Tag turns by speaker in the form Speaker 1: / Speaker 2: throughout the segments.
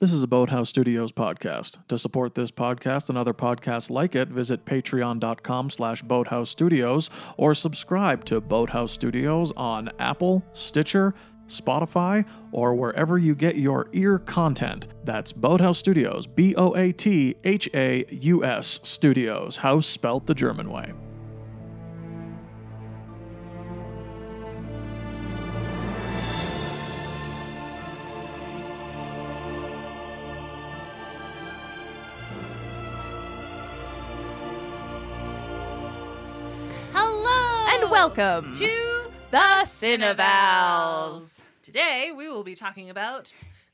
Speaker 1: This is a Boathouse Studios podcast. To support this podcast and other podcasts like it, visit patreon.com slash boathouse studios or subscribe to Boathouse Studios on Apple, Stitcher, Spotify, or wherever you get your ear content. That's Boathouse Studios, B O A T H A U S Studios, house spelt the German way.
Speaker 2: Hello
Speaker 3: And welcome
Speaker 2: to
Speaker 3: the
Speaker 2: Cinevals.
Speaker 3: Cinevals,
Speaker 2: Today we will be talking about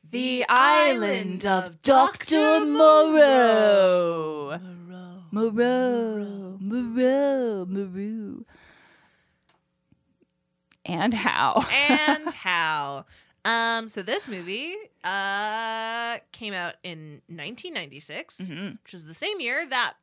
Speaker 3: the island of Dr. Moreau. Moreau, Moreau, Moreau. And how?
Speaker 2: and how. Um, so this movie uh came out in 1996,
Speaker 3: Mhm.
Speaker 2: which is the same year that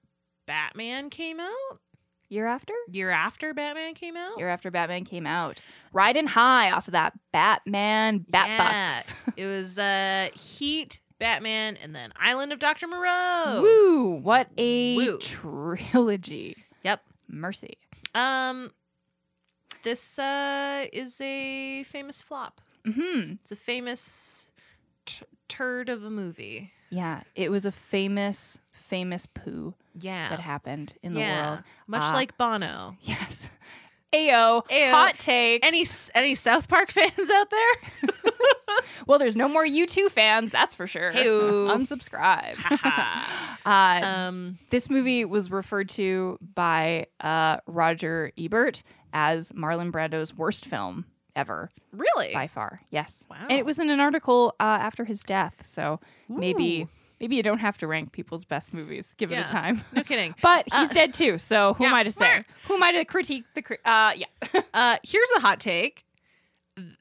Speaker 2: Batman came out.
Speaker 3: Year after?
Speaker 2: Year after Batman came out,
Speaker 3: Year after Batman came out. Riding high off of that Batman Bat
Speaker 2: Yeah.
Speaker 3: Bucks.
Speaker 2: it was uh Heat, Batman, and then Island of Doctor Moreau.
Speaker 3: Woo! What a
Speaker 2: Woo.
Speaker 3: trilogy.
Speaker 2: Yep.
Speaker 3: Mercy.
Speaker 2: Um, this uh is a famous flop.
Speaker 3: hmm
Speaker 2: It's a famous t- turd of a movie.
Speaker 3: Yeah, it was a famous, famous poo
Speaker 2: Yeah.
Speaker 3: that happened in the
Speaker 2: yeah.
Speaker 3: world.
Speaker 2: Much
Speaker 3: Ah.
Speaker 2: like Bono.
Speaker 3: Yes. Ayo,
Speaker 2: Ayo.
Speaker 3: hot takes.
Speaker 2: Any any South Park fans out there?
Speaker 3: well, there's no more U2 fans, that's for sure.
Speaker 2: Heyo.
Speaker 3: Unsubscribe.
Speaker 2: Ha
Speaker 3: uh,
Speaker 2: um,
Speaker 3: this movie was referred to by uh, Roger Ebert as Marlon Brando's worst film ever,
Speaker 2: really?
Speaker 3: by far. Yes.
Speaker 2: Wow.
Speaker 3: And it was in an article uh, after his death, so maybe maybe you don't have to rank people's best movies given
Speaker 2: Yeah.
Speaker 3: the time.
Speaker 2: No kidding.
Speaker 3: But he's dead too, so who
Speaker 2: yeah.
Speaker 3: am I to say? Who am I to critique the? Cri- uh, yeah,
Speaker 2: Uh, here's a hot take.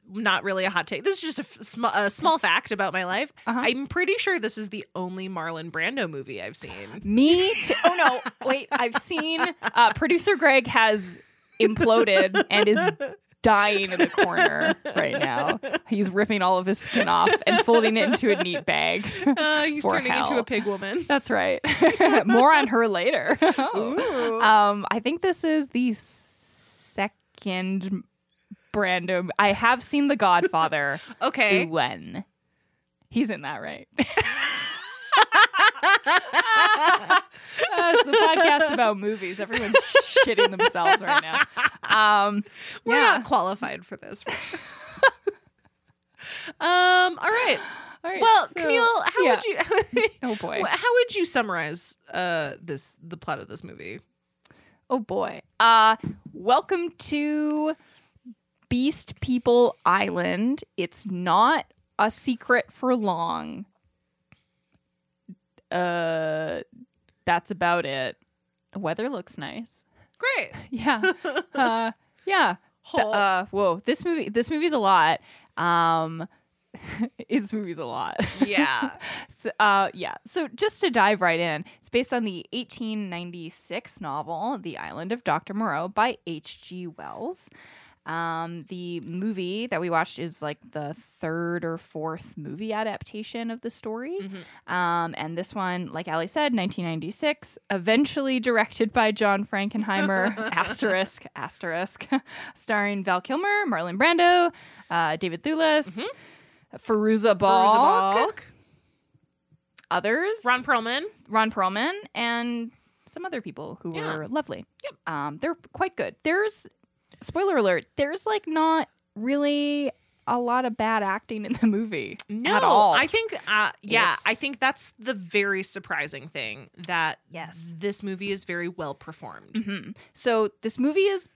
Speaker 2: Not really a hot take. This is just a, f- sm- a small fact about my life.
Speaker 3: Uh-huh.
Speaker 2: I'm pretty sure this is the only Marlon Brando movie I've seen.
Speaker 3: Me too. Oh no, wait. I've seen uh, producer Greg has imploded and is dying in the corner right now. He's ripping all of his skin off and folding it into a neat bag.
Speaker 2: Uh, he's
Speaker 3: For
Speaker 2: turning into
Speaker 3: hell.
Speaker 2: a pig woman.
Speaker 3: That's right. More on her later.
Speaker 2: Ooh.
Speaker 3: Um, I think this is the second Brando. I have seen The Godfather.
Speaker 2: Okay.
Speaker 3: When he's in that, right? Uh, it's the podcast about movies. Everyone's shitting themselves right now. Um,
Speaker 2: We're
Speaker 3: yeah.
Speaker 2: not qualified for this. um. All right.
Speaker 3: All right,
Speaker 2: Well,
Speaker 3: so-
Speaker 2: Camille, how
Speaker 3: yeah.
Speaker 2: would you
Speaker 3: Oh boy.
Speaker 2: Wh- How would you summarize uh, this the plot of this movie?
Speaker 3: Oh boy. Uh, welcome to Beast People Island. It's not a secret for long. Uh, that's about it. The weather looks nice.
Speaker 2: Great.
Speaker 3: Yeah. Uh, yeah. Th- uh, whoa, this movie this movie's a lot. Um this movie's a lot.
Speaker 2: yeah.
Speaker 3: So, uh, yeah. So just to dive right in, it's based on the 1896 novel The Island of Dr. Moreau by H.G. Wells. Um, the movie that we watched is like the third or fourth movie adaptation of the story.
Speaker 2: Mhm.
Speaker 3: Um, and this one, like Ali said, 1996, eventually directed by John Frankenheimer, asterisk, asterisk, starring Val Kilmer, Marlon Brando, uh, David Thewlis, Feruza
Speaker 2: Feruza
Speaker 3: Balk,
Speaker 2: Balk,
Speaker 3: others,
Speaker 2: Ron Perlman.
Speaker 3: Ron Perlman, and some other people who
Speaker 2: Yeah.
Speaker 3: were lovely. Um, they're quite good. There's, spoiler alert, there's like not really a lot of bad acting in the movie
Speaker 2: No,
Speaker 3: at all.
Speaker 2: I think. Uh, yeah,
Speaker 3: It's-
Speaker 2: I think that's the very surprising thing that
Speaker 3: Yes.
Speaker 2: this movie is very well performed.
Speaker 3: Mhm. So this movie is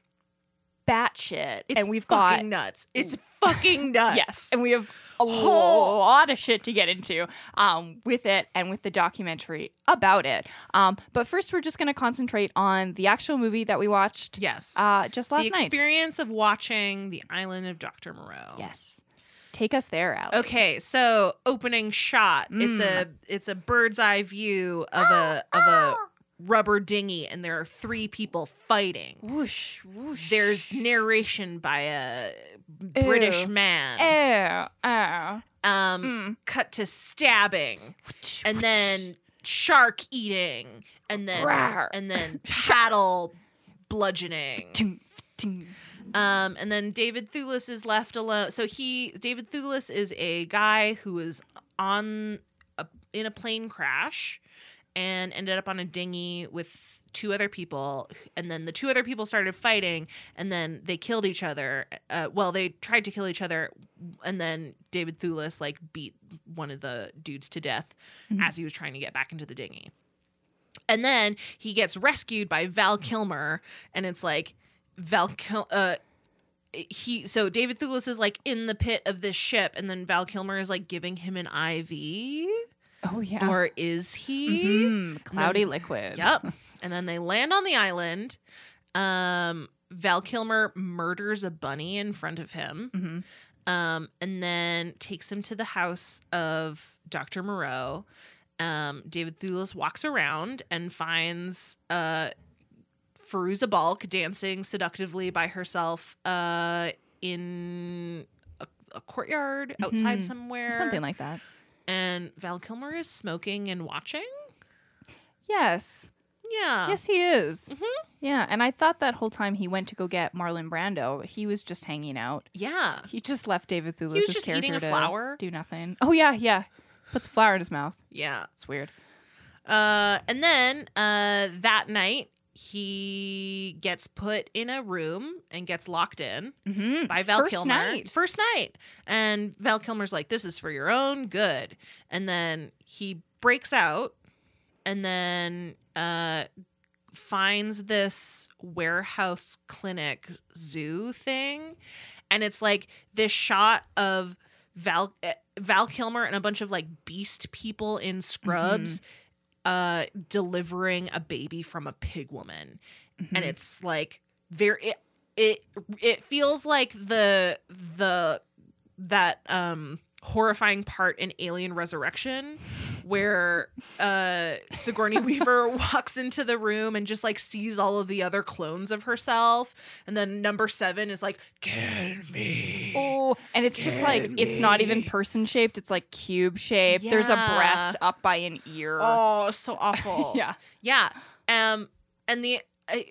Speaker 3: batshit,
Speaker 2: It's
Speaker 3: and we've got
Speaker 2: fucking nuts. It's fucking nuts.
Speaker 3: yes, and we have a
Speaker 2: Oh.
Speaker 3: lot of shit to get into um, with it and with the documentary about it. Um, but first, we're just going to concentrate on the actual movie that we watched
Speaker 2: yes.
Speaker 3: uh, just last
Speaker 2: the
Speaker 3: night.
Speaker 2: experience of watching The Island of Dr. Moreau.
Speaker 3: Yes, take us there, Alex.
Speaker 2: Okay, so opening shot. It's
Speaker 3: Mm.
Speaker 2: a it's a bird's eye view of a of a rubber dinghy and there are three people fighting.
Speaker 3: Whoosh, whoosh.
Speaker 2: There's narration by a British
Speaker 3: Ew.
Speaker 2: man.
Speaker 3: Oh, oh.
Speaker 2: Um,
Speaker 3: Mm.
Speaker 2: cut to stabbing and then shark eating and then
Speaker 3: Rawr.
Speaker 2: and then paddle bludgeoning.
Speaker 3: Ting, ting.
Speaker 2: Um, and then David Thewlis is left alone. So he, David Thewlis, is a guy who was on a, in a plane crash and ended up on a dinghy with two other people. And then the two other people started fighting, and then they killed each other. Uh, well, they tried to kill each other, and then David Thewlis like beat one of the dudes to death
Speaker 3: Mhm.
Speaker 2: as he was trying to get back into the dinghy. And then he gets rescued by Val Kilmer, and it's like Val Kil- uh he so David Thewlis is like in the pit of this ship, and then Val Kilmer is like giving him an IV,
Speaker 3: Oh yeah.
Speaker 2: or is he?
Speaker 3: Mhm. Cloudy
Speaker 2: then-
Speaker 3: liquid.
Speaker 2: Yep. And then they land on the island. Um, Val Kilmer murders a bunny in front of him,
Speaker 3: hmm
Speaker 2: um, and then takes him to the house of Dr. Moreau. Um, David Thewlis walks around and finds uh, Feruza Balk dancing seductively by herself uh, in a, a courtyard outside
Speaker 3: Mhm.
Speaker 2: somewhere.
Speaker 3: Something like that.
Speaker 2: And Val Kilmer is smoking and watching.
Speaker 3: Yes.
Speaker 2: Yeah.
Speaker 3: Yes, he is.
Speaker 2: Mhm.
Speaker 3: Yeah, and I thought that whole time he went to go get Marlon Brando, he was just hanging out.
Speaker 2: Yeah.
Speaker 3: He just left David Thewlis'
Speaker 2: was just
Speaker 3: character
Speaker 2: eating a
Speaker 3: to
Speaker 2: flower.
Speaker 3: do nothing. Oh yeah, yeah. Puts a flower in his mouth.
Speaker 2: Yeah.
Speaker 3: It's weird.
Speaker 2: Uh, and then uh, that night, he gets put in a room and gets locked in
Speaker 3: Mm-hmm.
Speaker 2: by Val
Speaker 3: First
Speaker 2: Kilmer.
Speaker 3: night.
Speaker 2: First night. And Val Kilmer's like, this is for your own good. And then he breaks out and then uh, finds this warehouse clinic zoo thing. And it's like this shot of Val, eh, Val Kilmer and a bunch of like beast people in scrubs. Uh, delivering a baby from a pig woman and
Speaker 3: Mhm.
Speaker 2: it's like very it, it it feels like the the that um horrifying part in Alien Resurrection where uh Sigourney Weaver walks into the room and just like sees all of the other clones of herself and then number 7 is like kill me
Speaker 3: Oh, and it's just like it's not even person shaped. It's like cube shaped. There's a
Speaker 2: Yeah.
Speaker 3: breast up by an ear.
Speaker 2: oh so awful
Speaker 3: Yeah.
Speaker 2: Yeah. Um and the I,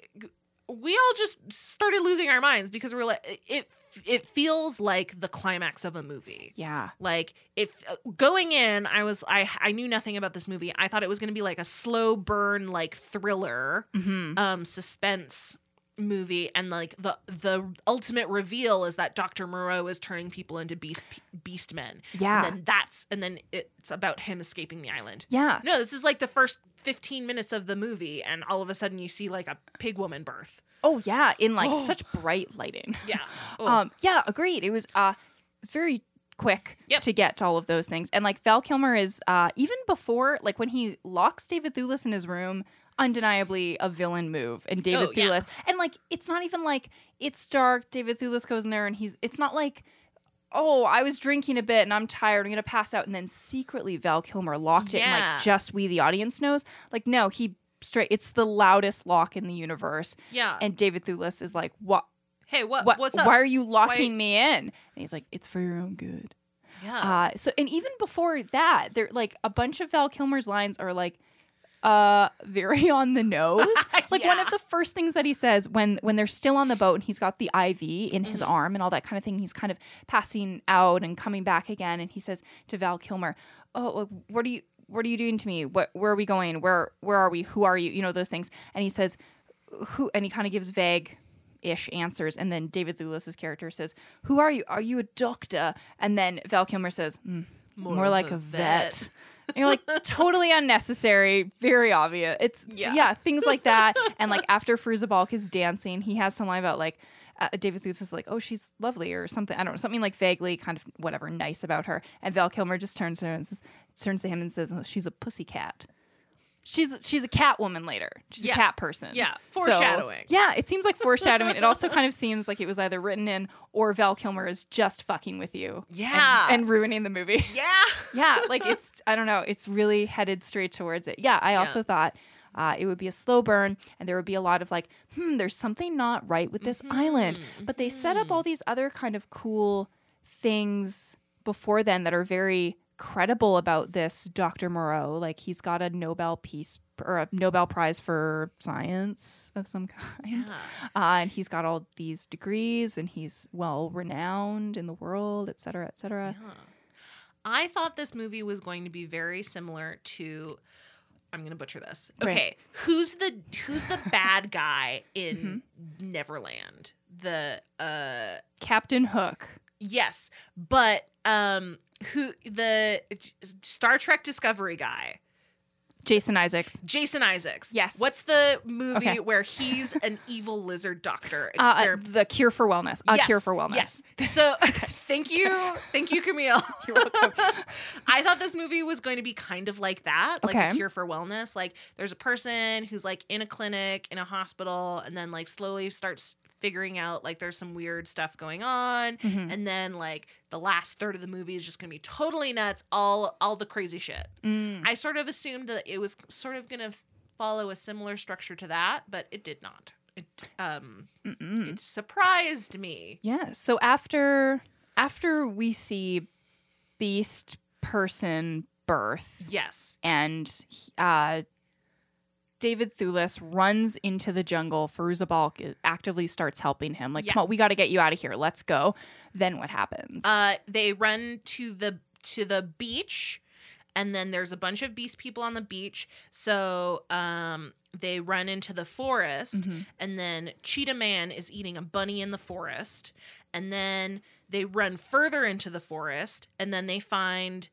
Speaker 2: we all just started losing our minds because we're like it it feels like the climax of a movie.
Speaker 3: Yeah.
Speaker 2: Like if uh, going in I was I I knew nothing about this movie. I thought it was going to be like a slow burn like thriller
Speaker 3: Mm-hmm.
Speaker 2: um suspense movie and like the the ultimate reveal is that Dr. Moreau is turning people into beast beast men.
Speaker 3: Yeah.
Speaker 2: And then that's and then it's about him escaping the island.
Speaker 3: yeah.
Speaker 2: No, this is like the first 15 minutes of the movie, and all of a sudden you see like a pig woman birth.
Speaker 3: Oh yeah. In like
Speaker 2: Oh.
Speaker 3: such bright lighting.
Speaker 2: Yeah. Oh.
Speaker 3: Um. Yeah. Agreed. It was uh it's very quick
Speaker 2: Yep.
Speaker 3: to get to all of those things. And like Val Kilmer is uh even before like when he locks David Thewlis in his room. Undeniably a villain move, and David
Speaker 2: Oh, yeah.
Speaker 3: Thewlis, and like it's not even like it's dark. David Thewlis goes in there, and he's it's not like oh, I was drinking a bit and I'm tired. I'm going to pass out. And then secretly Val Kilmer locked it and
Speaker 2: Yeah.
Speaker 3: like just we, the audience, knows. Like, no, he straight, it's the loudest lock in the universe.
Speaker 2: yeah.
Speaker 3: And David Thewlis is like, what?
Speaker 2: hey, what,
Speaker 3: what
Speaker 2: Uh, What's up?
Speaker 3: Why are you locking me in? And he's like, it's for your own good.
Speaker 2: yeah.
Speaker 3: Uh, so, and even before that, there like a bunch of Val Kilmer's lines are like, uh, very on the nose. Like one of
Speaker 2: Yeah.
Speaker 3: the first things that he says when when they're still on the boat and he's got the IV in his
Speaker 2: Mm-hmm.
Speaker 3: arm and all that kind of thing, he's kind of passing out and coming back again, and he says to Val Kilmer, "Oh, like, what are you what are you doing to me? What where are we going? Where where are we? Who are you? You know those things." And he says, "Who?" And he kind of gives vague. Ish answers, and then David Thewlis's character says, "Who are you? Are you a doctor?" And then Val Kilmer says, "Hmm, "More, like a vet." And you're like totally unnecessary, very obvious. It's
Speaker 2: Yeah.
Speaker 3: yeah, things like that. and like after Fruza Balk is dancing, he has some line about like uh, David Thewlis is like, oh, she's lovely or something. I don't know, something like vaguely kind of whatever nice about her. And Val Kilmer just turns to her and says, turns to him and says, oh, she's a pussy cat. She's she's a cat woman later. She's
Speaker 2: Yeah.
Speaker 3: a cat person.
Speaker 2: Yeah.
Speaker 3: So-
Speaker 2: Foreshadowing.
Speaker 3: yeah, it seems like foreshadowing. it also kind of seems like it was either written in or Val Kilmer is just fucking with you. and-
Speaker 2: Yeah.
Speaker 3: and ruining the movie
Speaker 2: Yeah.
Speaker 3: yeah like it's i don't know it's really headed straight towards it yeah i
Speaker 2: Yeah.
Speaker 3: also thought Uh, it would be a slow burn, and there would be a lot of like, hmm, there's something not right with
Speaker 2: Mm-hmm.
Speaker 3: this island. But they set up all these other kind of cool things before then that are very credible about this Dr. Moreau. Like he's got a Nobel Peace or a Nobel Prize for science of some kind.
Speaker 2: Yeah.
Speaker 3: Uh, and he's got all these degrees and he's well renowned in the world, et cetera, et cetera.
Speaker 2: Yeah. I thought this movie was going to be very similar to I'm going to butcher this.
Speaker 3: Right.
Speaker 2: Okay, who's the who's the bad guy in
Speaker 3: Mm-hmm.
Speaker 2: Neverland? The uh
Speaker 3: Captain Hook.
Speaker 2: yes, but um who the Star Trek Discovery guy,
Speaker 3: Jason Isaacs.
Speaker 2: Jason Isaacs.
Speaker 3: Yes.
Speaker 2: What's the movie
Speaker 3: Okay.
Speaker 2: where he's an evil lizard doctor?
Speaker 3: Uh, uh,
Speaker 2: experiment?
Speaker 3: the cure for wellness. A cure for wellness.
Speaker 2: Yes. So thank you. Thank you, Camille. You're welcome. I thought this movie was going to be kind of like that, like
Speaker 3: Okay.
Speaker 2: a cure for wellness. Like there's a person who's like in a clinic, in a hospital, and then like slowly starts figuring out like there's some weird stuff going on.
Speaker 3: Mhm.
Speaker 2: And then like the last third of the movie is just gonna be totally nuts, all all the crazy shit.
Speaker 3: Mm.
Speaker 2: I sort of assumed that it was sort of gonna follow a similar structure to that, but it did not. It um
Speaker 3: Mm-mm.
Speaker 2: it surprised me.
Speaker 3: Mm-hmm. Yeah. So after after we see beast person birth
Speaker 2: Yes.
Speaker 3: and uh, David Thulis runs into the jungle. Firuzabal actively starts helping him. Like,
Speaker 2: Yeah.
Speaker 3: come on, we got to get you out of here. Let's go. Then what happens?
Speaker 2: Uh, they run to the to the beach, and then there's a bunch of beast people on the beach. So um, they run into the forest,
Speaker 3: Mhm.
Speaker 2: and then Cheetah Man is eating a bunny in the forest, and then they run further into the forest, and then they find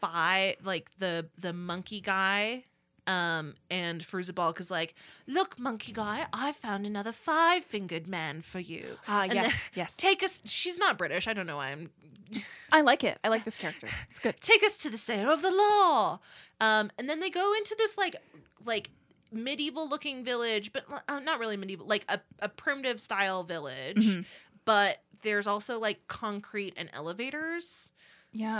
Speaker 2: five like the the monkey guy. Um and Fruzabal because like, look, monkey guy, I found another five fingered man for you.
Speaker 3: Ah,
Speaker 2: and
Speaker 3: yes,
Speaker 2: then-
Speaker 3: yes.
Speaker 2: Take us. She's not British. I don't know why I'm.
Speaker 3: I like it. I like this character. It's good.
Speaker 2: Take us to the sayer of the law. Um, and then they go into this like, like medieval looking village, but uh, not really medieval, like a, a primitive style village.
Speaker 3: Mhm.
Speaker 2: But there's also like concrete and elevators.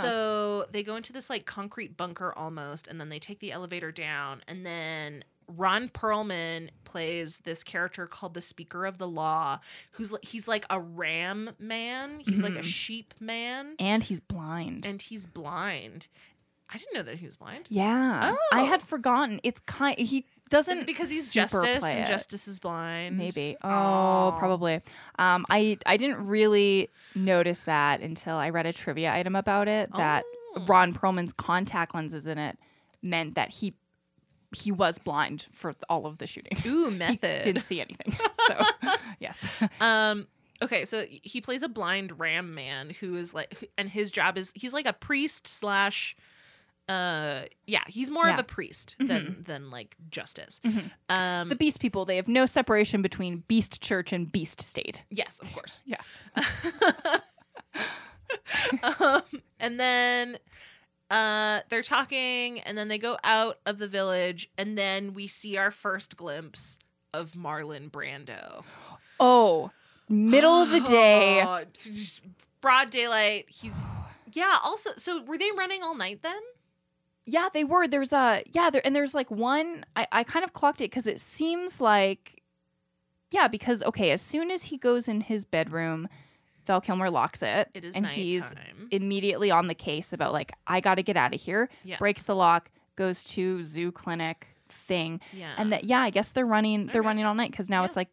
Speaker 2: So they go into this like concrete bunker almost, and then they take the elevator down, and then Ron Perlman plays this character called the Speaker of the Law, who's li- he's like a ram man, he's like a
Speaker 3: Mhm.
Speaker 2: sheep man,
Speaker 3: and he's blind.
Speaker 2: and he's blind. I didn't know that he was blind.
Speaker 3: yeah. I had
Speaker 2: Oh.
Speaker 3: forgotten. It's kind. He
Speaker 2: Is
Speaker 3: doesn't.
Speaker 2: it because he's
Speaker 3: super
Speaker 2: Justice
Speaker 3: play
Speaker 2: and
Speaker 3: it.
Speaker 2: Justice is blind?
Speaker 3: Maybe. Oh,
Speaker 2: Aw.
Speaker 3: probably. Um, I I didn't really notice that until I read a trivia item about it that
Speaker 2: Oh.
Speaker 3: Ron Perlman's contact lenses in it meant that he he was blind for all of the shooting.
Speaker 2: Ooh,
Speaker 3: He
Speaker 2: method.
Speaker 3: didn't see anything. So yes.
Speaker 2: Um okay, so he plays a blind ram man who is like and his job is he's like a priest slash uh yeah, he's more of
Speaker 3: Yeah. Mm-hmm.
Speaker 2: a priest than than like justice.
Speaker 3: Mhm.
Speaker 2: Um
Speaker 3: The beast people, they have no separation between beast church and beast state.
Speaker 2: yes, of course.
Speaker 3: Yeah.
Speaker 2: um, and then uh they're talking and then they go out of the village and then we see our first glimpse of Marlon Brando.
Speaker 3: Oh, middle of the day.
Speaker 2: Oh, just broad daylight. He's yeah. Also, so were they running all night then?
Speaker 3: Yeah, they were. There's a yeah, there and there's like one I, I kind of clocked it because it seems like yeah, because okay, as soon as he goes in his bedroom, Val Kilmer locks it.
Speaker 2: It is
Speaker 3: and
Speaker 2: nighttime.
Speaker 3: he's immediately on the case about like I got to get out of here.
Speaker 2: Yeah.
Speaker 3: Breaks the lock, goes to zoo clinic thing,
Speaker 2: yeah,
Speaker 3: and that yeah, I guess they're running they're
Speaker 2: Alright.
Speaker 3: running all night because now
Speaker 2: Yeah.
Speaker 3: it's like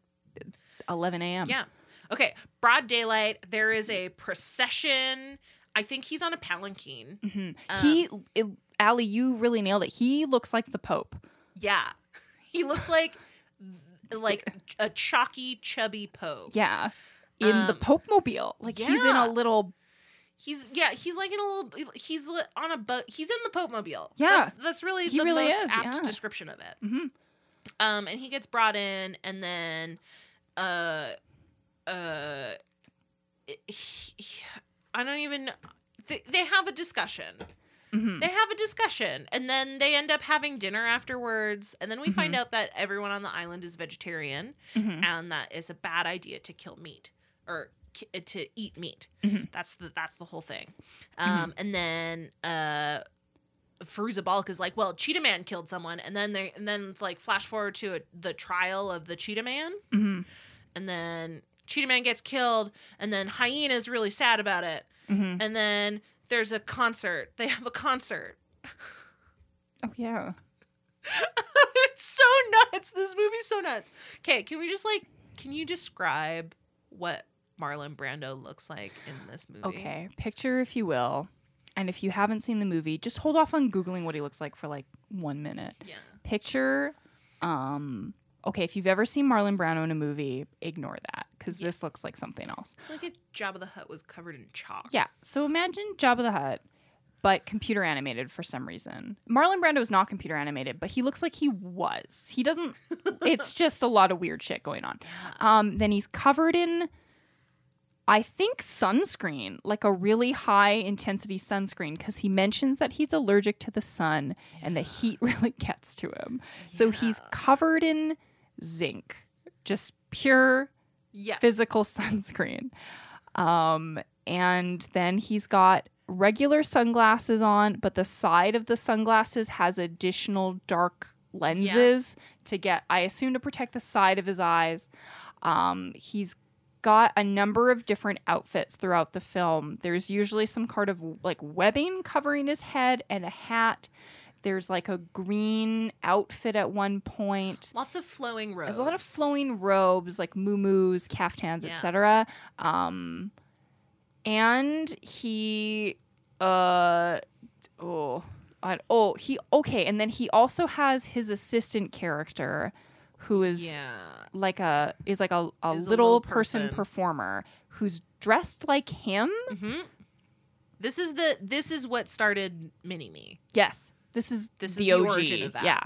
Speaker 3: 11 a.m.
Speaker 2: yeah. Okay, broad daylight. There is a procession. I think he's on a palanquin.
Speaker 3: hmm
Speaker 2: Um,
Speaker 3: he it, Allie, you really nailed it. He looks like the Pope.
Speaker 2: Yeah, he looks like like a chalky, chubby Pope.
Speaker 3: Yeah. In the
Speaker 2: Um,
Speaker 3: Pope mobile, like he's in
Speaker 2: yeah.
Speaker 3: a little
Speaker 2: He's yeah, he's like in a little. He's li- on a boat. He's in the Pope mobile.
Speaker 3: Yeah.
Speaker 2: that's, that's really
Speaker 3: He
Speaker 2: the
Speaker 3: really
Speaker 2: most
Speaker 3: is,
Speaker 2: apt
Speaker 3: yeah.
Speaker 2: description of it.
Speaker 3: Mhm.
Speaker 2: Um, and he gets brought in, and then, uh, uh, he- he- I don't even. They, they have a discussion.
Speaker 3: mhm.
Speaker 2: They have a discussion, and then they end up having dinner afterwards. And then we find
Speaker 3: Mm-hmm.
Speaker 2: out that everyone on the island is vegetarian,
Speaker 3: Mhm.
Speaker 2: and that it's a bad idea to kill meat or ki- uh, to eat meat.
Speaker 3: Mhm.
Speaker 2: That's the that's the whole thing. Um, And then uh, Faruza Balk is like, well, Cheetah Man killed someone, and then they and then it's like flash forward to a, the trial of the Cheetah Man,
Speaker 3: Mhm.
Speaker 2: and then Cheetah Man gets killed, and then Hyena is really sad about it,
Speaker 3: Mhm.
Speaker 2: and then there's a concert. They have a concert.
Speaker 3: Oh yeah.
Speaker 2: it's so nuts. This movie's so nuts. Okay, can we just like can you describe what Marlon Brando looks like in this movie?
Speaker 3: Okay. Picture, if you will, and if you haven't seen the movie, just hold off on googling what he looks like for like one minute.
Speaker 2: Yeah.
Speaker 3: Picture, um, okay, if you've ever seen Marlon Brando in a movie, ignore that because
Speaker 2: Yeah.
Speaker 3: this looks like something else.
Speaker 2: It's like if Job of the Hutt was covered in chalk.
Speaker 3: Yeah. So imagine Jabba the Hutt, but computer animated for some reason. Marlon Brando is not computer animated, but he looks like he was. He doesn't. it's just a lot of weird shit going on. Um, then he's covered in, I think, sunscreen, like a really high intensity sunscreen, because he mentions that he's allergic to the sun and the heat really gets to him. So he's covered in zinc, just pure
Speaker 2: Yeah.
Speaker 3: physical sunscreen. Um, and then he's got regular sunglasses on, but the side of the sunglasses has additional dark lenses to get, I assume, to protect the side of his eyes. Um, he's got a number of different outfits throughout the film. There's usually some kind of like webbing covering his head and a hat. There's like a green outfit at one point.
Speaker 2: Lots of flowing robes.
Speaker 3: There's a lot of flowing robes, like muumuus, caftans,
Speaker 2: Yeah.
Speaker 3: etc. Um, and he, uh, oh, I, oh, he okay. And then he also has his assistant character, who is
Speaker 2: Yeah.
Speaker 3: like a is like a, a,
Speaker 2: Is a
Speaker 3: little,
Speaker 2: little
Speaker 3: person,
Speaker 2: person.
Speaker 3: performer who's dressed like him.
Speaker 2: hmm This is the this is what started Mini Me.
Speaker 3: Yes, this is
Speaker 2: This is
Speaker 3: the
Speaker 2: the
Speaker 3: OG.
Speaker 2: origin of that.
Speaker 3: Yeah,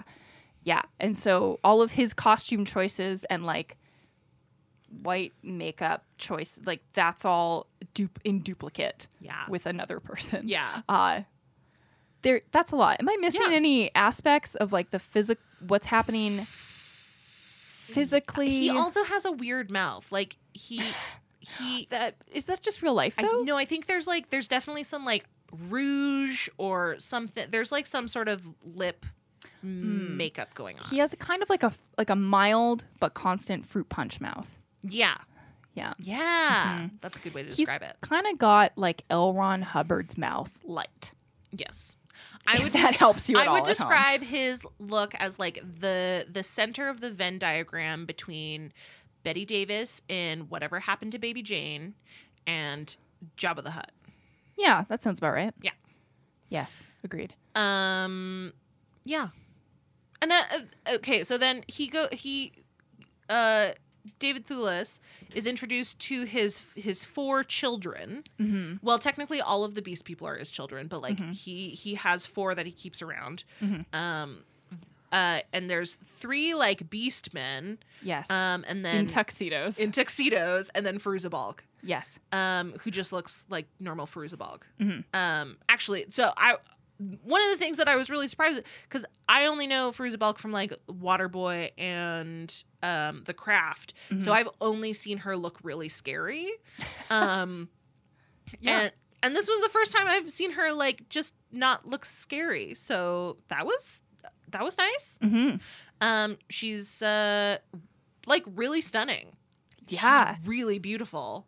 Speaker 3: yeah. And so all of his costume choices and like white makeup choice, like that's all dupe in duplicate
Speaker 2: Yeah.
Speaker 3: with another person.
Speaker 2: yeah.
Speaker 3: Uh, there. That's a lot. Am I missing
Speaker 2: Yeah.
Speaker 3: any aspects of like the physic? What's happening physically?
Speaker 2: He also has a weird mouth. Like he he
Speaker 3: that is that just real life
Speaker 2: I
Speaker 3: though.
Speaker 2: no, I think there's like there's definitely some like rouge or something. There's like some sort of lip
Speaker 3: Hmm.
Speaker 2: makeup going on.
Speaker 3: He has a kind of like a like a mild but constant fruit punch mouth.
Speaker 2: yeah,
Speaker 3: Yeah.
Speaker 2: yeah,
Speaker 3: Mm-hmm.
Speaker 2: that's a good way to describe it.
Speaker 3: kind of got like L. Ron Hubbard's mouth light.
Speaker 2: Yes, I
Speaker 3: if
Speaker 2: would.
Speaker 3: that
Speaker 2: des-
Speaker 3: helps you. At
Speaker 2: I would
Speaker 3: all at home.
Speaker 2: describe his look as like the the center of the Venn diagram between Betty Davis in Whatever Happened to Baby Jane and Jabba the Hutt.
Speaker 3: Yeah, that sounds about right.
Speaker 2: Yeah.
Speaker 3: Yes, agreed.
Speaker 2: Um, yeah. And uh, uh, okay, so then he go he, uh, David Thewlis is introduced to his his four children.
Speaker 3: Mm-hmm.
Speaker 2: Well, technically, all of the Beast People are his children, but like
Speaker 3: Mhm.
Speaker 2: he he has four that he keeps around.
Speaker 3: Mhm.
Speaker 2: Um, uh, and there's three like Beast men.
Speaker 3: Yes.
Speaker 2: Um, and then
Speaker 3: in tuxedos.
Speaker 2: in tuxedos, and then Faruza Balk
Speaker 3: yes.
Speaker 2: um, who just looks like normal Faruza Balk.
Speaker 3: Mhm.
Speaker 2: Um, actually, so I one of the things that I was really surprised because I only know Faruza Balk from like Waterboy and um, The Craft,
Speaker 3: Mm-hmm.
Speaker 2: so I've only seen her look really scary. Um,
Speaker 3: Yeah.
Speaker 2: and, and this was the first time I've seen her like just not look scary. So that was that was nice.
Speaker 3: Mm-hmm.
Speaker 2: Um, she's uh, like really stunning. She's
Speaker 3: Yeah.
Speaker 2: really beautiful.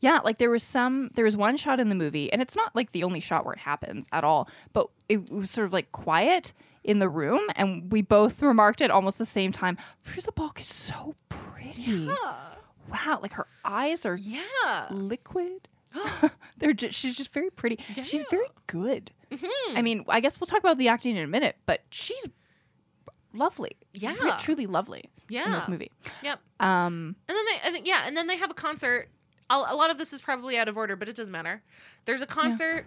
Speaker 3: Yeah, like there was some there was one shot in the movie and it's not like the only shot where it happens at all, but it was sort of like quiet in the room and we both remarked at almost the same time, Fruza Balk is so pretty. Wow, like her eyes are
Speaker 2: Yeah.
Speaker 3: liquid. They're just, she's just very pretty. She's very good.
Speaker 2: Mhm.
Speaker 3: I mean, I guess we'll talk about the acting in a minute, but she's lovely.
Speaker 2: Yeah.
Speaker 3: Re- truly lovely
Speaker 2: yeah.
Speaker 3: in this movie.
Speaker 2: Yep.
Speaker 3: Um,
Speaker 2: And then they, I think, yeah, and then they have a concert. A a lot of this is probably out of order, but it doesn't matter. There's a concert.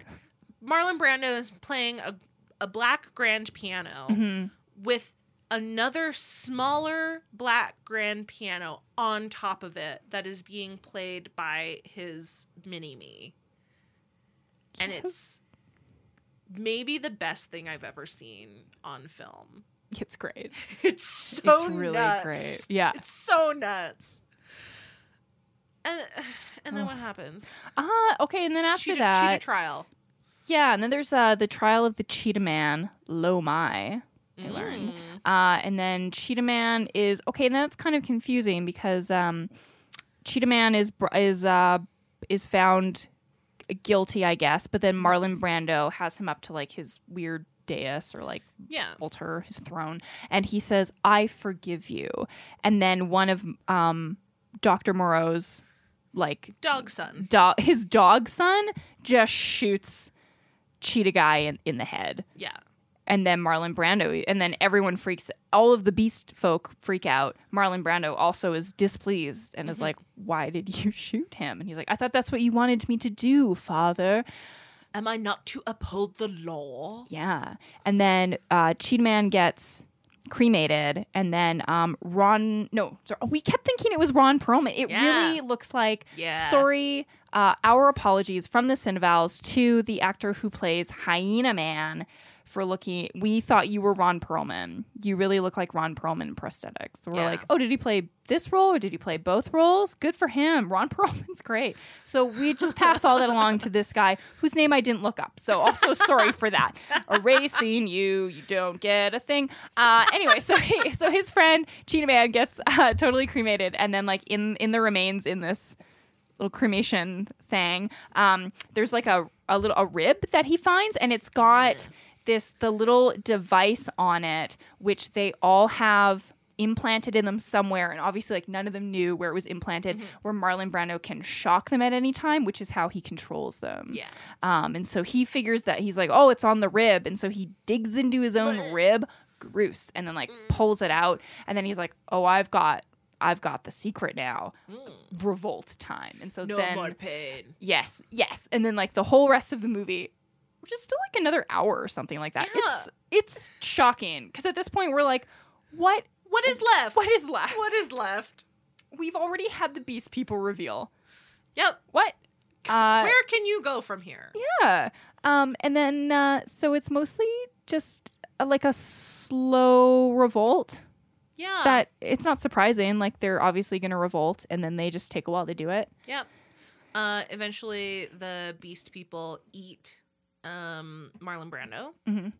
Speaker 2: Marlon Brando is playing a, a black grand piano
Speaker 3: mhm.
Speaker 2: with another smaller black grand piano on top of it that is being played by his mini me. And it's maybe the best thing I've ever seen on film.
Speaker 3: it's great.
Speaker 2: It's so
Speaker 3: it's really
Speaker 2: nuts.
Speaker 3: great. Yeah.
Speaker 2: It's so nuts. And and then
Speaker 3: Oh.
Speaker 2: what happens?
Speaker 3: Uh, okay, and then Oh. after
Speaker 2: cheetah,
Speaker 3: that,
Speaker 2: cheetah trial.
Speaker 3: Yeah, and then there's uh, the trial of the Cheetah Man, Lo Mai. I
Speaker 2: Mm.
Speaker 3: learned. Uh, and then Cheetah Man is okay. Now it's kind of confusing because um, Cheetah Man is br- is uh, is found guilty, I guess. But then Marlon Brando has him up to like his weird dais or like
Speaker 2: Yeah.
Speaker 3: altar, his throne, and he says, "I forgive you." And then one of um, Doctor Moreau's like
Speaker 2: Dog son.
Speaker 3: dog, his dog son, just shoots Cheetah guy in, in the head
Speaker 2: Yeah.
Speaker 3: and then Marlon Brando, and then everyone freaks. All of the beast folk freak out. Marlon Brando also is displeased and
Speaker 2: Mm-hmm.
Speaker 3: is like, "Why did you shoot him?" And he's like, "I thought that's what you wanted me to do, father."
Speaker 2: Am I not to uphold the law?
Speaker 3: Yeah. And then uh, Cheetah Man gets cremated, and then um, Ron. No, sorry, we kept thinking it was Ron Perlman. It
Speaker 2: Yeah.
Speaker 3: really looks like.
Speaker 2: Yeah.
Speaker 3: Sorry. Uh, our apologies from the Cinevals to the actor who plays Hyena Man for looking. We thought you were Ron Perlman. You really look like Ron Perlman in prosthetics. So we're
Speaker 2: Yeah.
Speaker 3: like, oh, did he play this role or did he play both roles? Good for him. Ron Perlman's great. So we just pass all that along to this guy whose name I didn't look up. So also sorry for that. Erasing you, you don't get a thing. Uh, anyway, so he, so his friend Cheetah Man gets uh, totally cremated, and then like in in the remains in this little cremation thing. Um, there's like a a little a rib that he finds, and it's got this the little device on it, which they all have implanted in them somewhere, and obviously like none of them knew where it was implanted. Where Marlon Brando can shock them at any time, which is how he controls them.
Speaker 2: Yeah.
Speaker 3: Um, and so he figures that he's like, oh, it's on the rib, and so he digs into his own rib, gross, and then like
Speaker 2: Mm.
Speaker 3: pulls it out, and then he's like, oh, I've got. I've got the secret now. Revolt time. And so
Speaker 2: Mm. No
Speaker 3: then
Speaker 2: more pain.
Speaker 3: Yes, yes. And then like the whole rest of the movie, which is still like another hour or something like that.
Speaker 2: Yeah.
Speaker 3: It's it's shocking because at this point we're like, what
Speaker 2: What is left?
Speaker 3: what is left?
Speaker 2: What is left?
Speaker 3: We've already had the beast people reveal.
Speaker 2: Yep.
Speaker 3: What? Uh,
Speaker 2: Where can you go from here?
Speaker 3: Yeah. Um, and then uh, so it's mostly just uh like a slow revolt.
Speaker 2: Yeah.
Speaker 3: That it's not surprising. Like they're obviously going to revolt, and then they just take a while to do it.
Speaker 2: Yep. Uh, eventually, the beast people eat um, Marlon Brando,
Speaker 3: Mhm.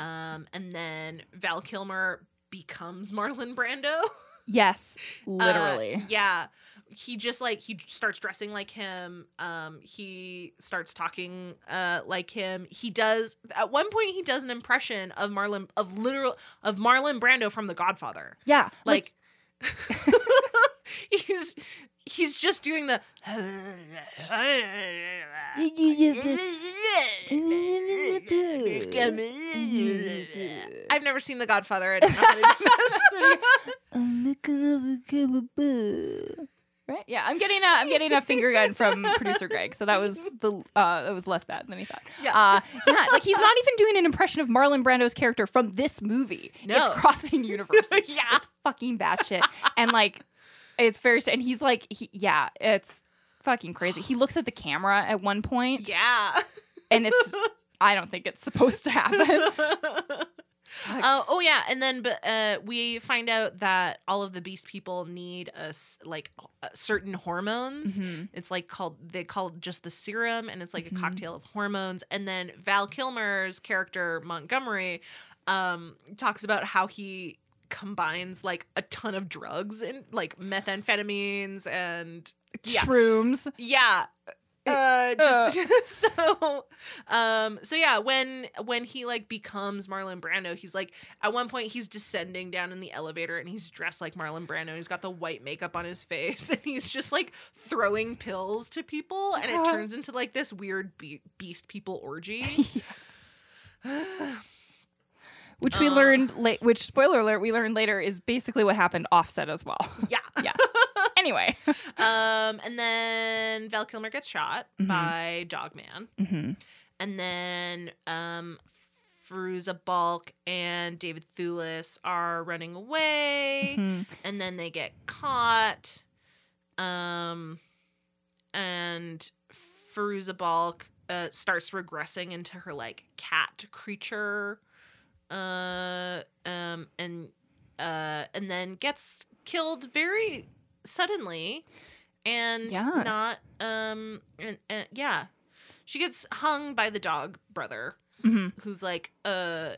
Speaker 2: um, and then Val Kilmer becomes Marlon Brando.
Speaker 3: Yes,
Speaker 2: Uh,
Speaker 3: literally.
Speaker 2: yeah. He just like he starts dressing like him. Um, he starts talking uh, like him. He does at one point he does an impression of Marlon of literal of Marlon Brando from The Godfather.
Speaker 3: yeah,
Speaker 2: like he's he's just doing the I've never seen The Godfather. I don't know how they do this.
Speaker 3: Right? Yeah, I'm getting a I'm getting a finger gun from producer Greg. So that was the uh that was less bad than he thought.
Speaker 2: Yeah.
Speaker 3: Uh, yeah, like he's not even doing an impression of Marlon Brando's character from this movie.
Speaker 2: No.
Speaker 3: It's crossing universes.
Speaker 2: Yeah.
Speaker 3: It's fucking batshit. and like it's very and he's like he, yeah, it's fucking crazy. He looks at the camera at one point
Speaker 2: yeah.
Speaker 3: and it's I don't think it's supposed to happen.
Speaker 2: Uh, oh yeah, and then but, uh, we find out that all of the beast people need a s- like uh, certain hormones.
Speaker 3: Mhm.
Speaker 2: It's like called they call it just the serum, and it's like
Speaker 3: Mhm.
Speaker 2: a cocktail of hormones. And then Val Kilmer's character Montgomery um, talks about how he combines like a ton of drugs and like methamphetamines and yeah,
Speaker 3: Shrooms.
Speaker 2: yeah. Uh, just so, um, so yeah. When when he like becomes Marlon Brando, he's like at one point he's descending down in the elevator and he's dressed like Marlon Brando. And he's got the white makeup on his face and he's just like throwing pills to people, and
Speaker 3: Yeah.
Speaker 2: it turns into like this weird be- beast people orgy.
Speaker 3: Which we
Speaker 2: Uh.
Speaker 3: learned late which spoiler alert, we learned later is basically what happened offset as well.
Speaker 2: yeah.
Speaker 3: anyway.
Speaker 2: Um, and then Val Kilmer gets shot
Speaker 3: Mhm.
Speaker 2: by Dogman.
Speaker 3: Mm-hmm.
Speaker 2: and then um Fruza Balk and David Thulis are running away
Speaker 3: Mm-hmm.
Speaker 2: and then they get caught um and Fruza Balk uh, starts regressing into her like cat creature uh um and uh and then gets killed very suddenly and
Speaker 3: Yeah.
Speaker 2: not um and, and yeah She gets hung by the dog brother,
Speaker 3: Mhm.
Speaker 2: who's like, "Uh,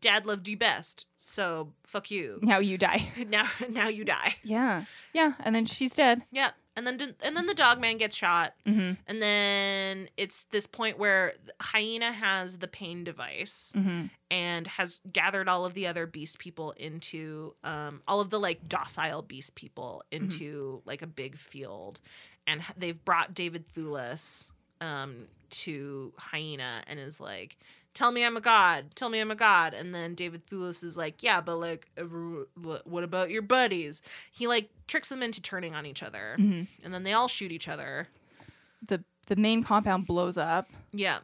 Speaker 2: dad loved you best, so fuck you.
Speaker 3: Now you die.
Speaker 2: Now, now you die."
Speaker 3: Yeah. Yeah. And then she's dead.
Speaker 2: Yeah, and then and then the dog man gets shot,
Speaker 3: Mm-hmm.
Speaker 2: and then it's this point where hyena has the pain device
Speaker 3: Mm-hmm.
Speaker 2: and has gathered all of the other beast people into um, all of the like docile beast people into like a big field and h- they've brought david thulis um, to hyena and is like tell me i'm a god tell me i'm a god and then david thulis is like yeah but like every- wh- what about your buddies he like tricks them into turning on each other
Speaker 3: Mm-hmm.
Speaker 2: and then they all shoot each other
Speaker 3: The the main compound blows up.
Speaker 2: yeah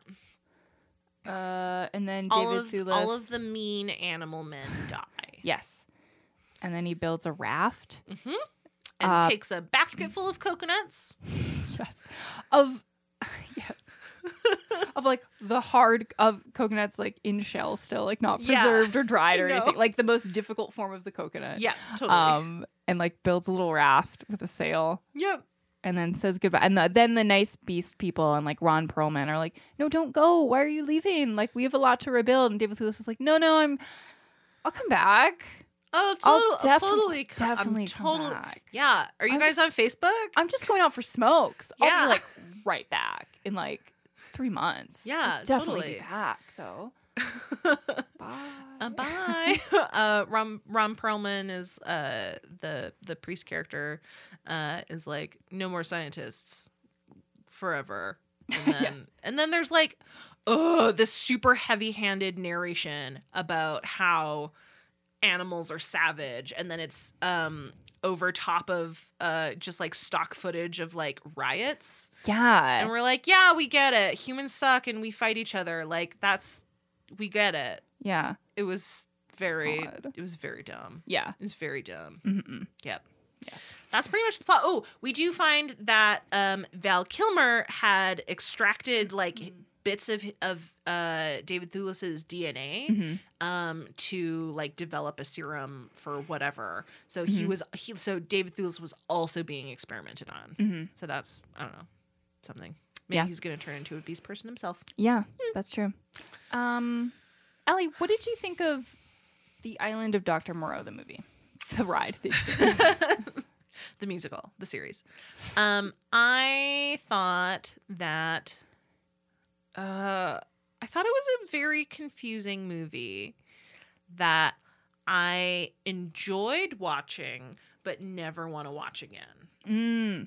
Speaker 3: Uh, and then
Speaker 2: all
Speaker 3: David
Speaker 2: of
Speaker 3: Thewlis.
Speaker 2: all of the mean animal men die
Speaker 3: Yes. And then he builds a raft.
Speaker 2: hmm And
Speaker 3: Uh,
Speaker 2: takes a basket full of coconuts.
Speaker 3: yes. Of yes. of like the hard of coconuts like in shell still, like not
Speaker 2: Yeah.
Speaker 3: preserved or dried or
Speaker 2: No.
Speaker 3: anything. Like the most difficult form of the coconut.
Speaker 2: Yeah, totally.
Speaker 3: uh, Um and like builds a little raft with a sail
Speaker 2: yep.
Speaker 3: and then says goodbye. And the, then the nice beast people and like Ron Perlman are like, "No, don't go. Why are you leaving? Like we have a lot to rebuild." And David Thewlis is like, "No, no, I'm I'll come back.
Speaker 2: Oh,
Speaker 3: I'll
Speaker 2: to-
Speaker 3: defi-
Speaker 2: totally. co- I'm
Speaker 3: definitely come
Speaker 2: totally-
Speaker 3: back.
Speaker 2: Yeah. Are you
Speaker 3: I'm
Speaker 2: guys
Speaker 3: just-
Speaker 2: on Facebook?
Speaker 3: I'm just going out for smokes. I'll
Speaker 2: Yeah.
Speaker 3: be like right back in like three months.
Speaker 2: Yeah,
Speaker 3: I'll definitely
Speaker 2: totally.
Speaker 3: be back though. Um, Bye.
Speaker 2: Uh, bye. uh, Ron Ron Perlman is uh, the the priest character. Uh, is like no more scientists forever. And then,
Speaker 3: Yes.
Speaker 2: and then there's like, oh, this super heavy handed narration about how animals are savage, and then it's um over top of uh just like stock footage of like riots and
Speaker 3: Yeah.
Speaker 2: we're like yeah we get it humans suck and we fight each other like that's we get it
Speaker 3: Yeah.
Speaker 2: it was very
Speaker 3: God.
Speaker 2: it was very dumb.
Speaker 3: Yeah.
Speaker 2: It was very dumb.
Speaker 3: Mm-mm.
Speaker 2: Yep.
Speaker 3: Yes.
Speaker 2: That's pretty much the plot. Oh, we do find that um Val Kilmer had extracted like
Speaker 3: Mm.
Speaker 2: bits of of uh David Thewlis's DNA
Speaker 3: Mhm.
Speaker 2: um to like develop a serum for whatever. So he
Speaker 3: Mhm.
Speaker 2: was he so David Thewlis was also being experimented on.
Speaker 3: Mhm.
Speaker 2: So that's I don't know. Something. Maybe
Speaker 3: Yeah.
Speaker 2: he's going to turn into a beast person himself.
Speaker 3: Yeah, that's true. Um, Ellie, what did you think of the Island of Doctor Moreau, the movie, the ride? The experience?
Speaker 2: the musical, the series. Um, I thought that uh I thought it was a very confusing movie that I enjoyed watching but never want to watch again.
Speaker 3: Mm.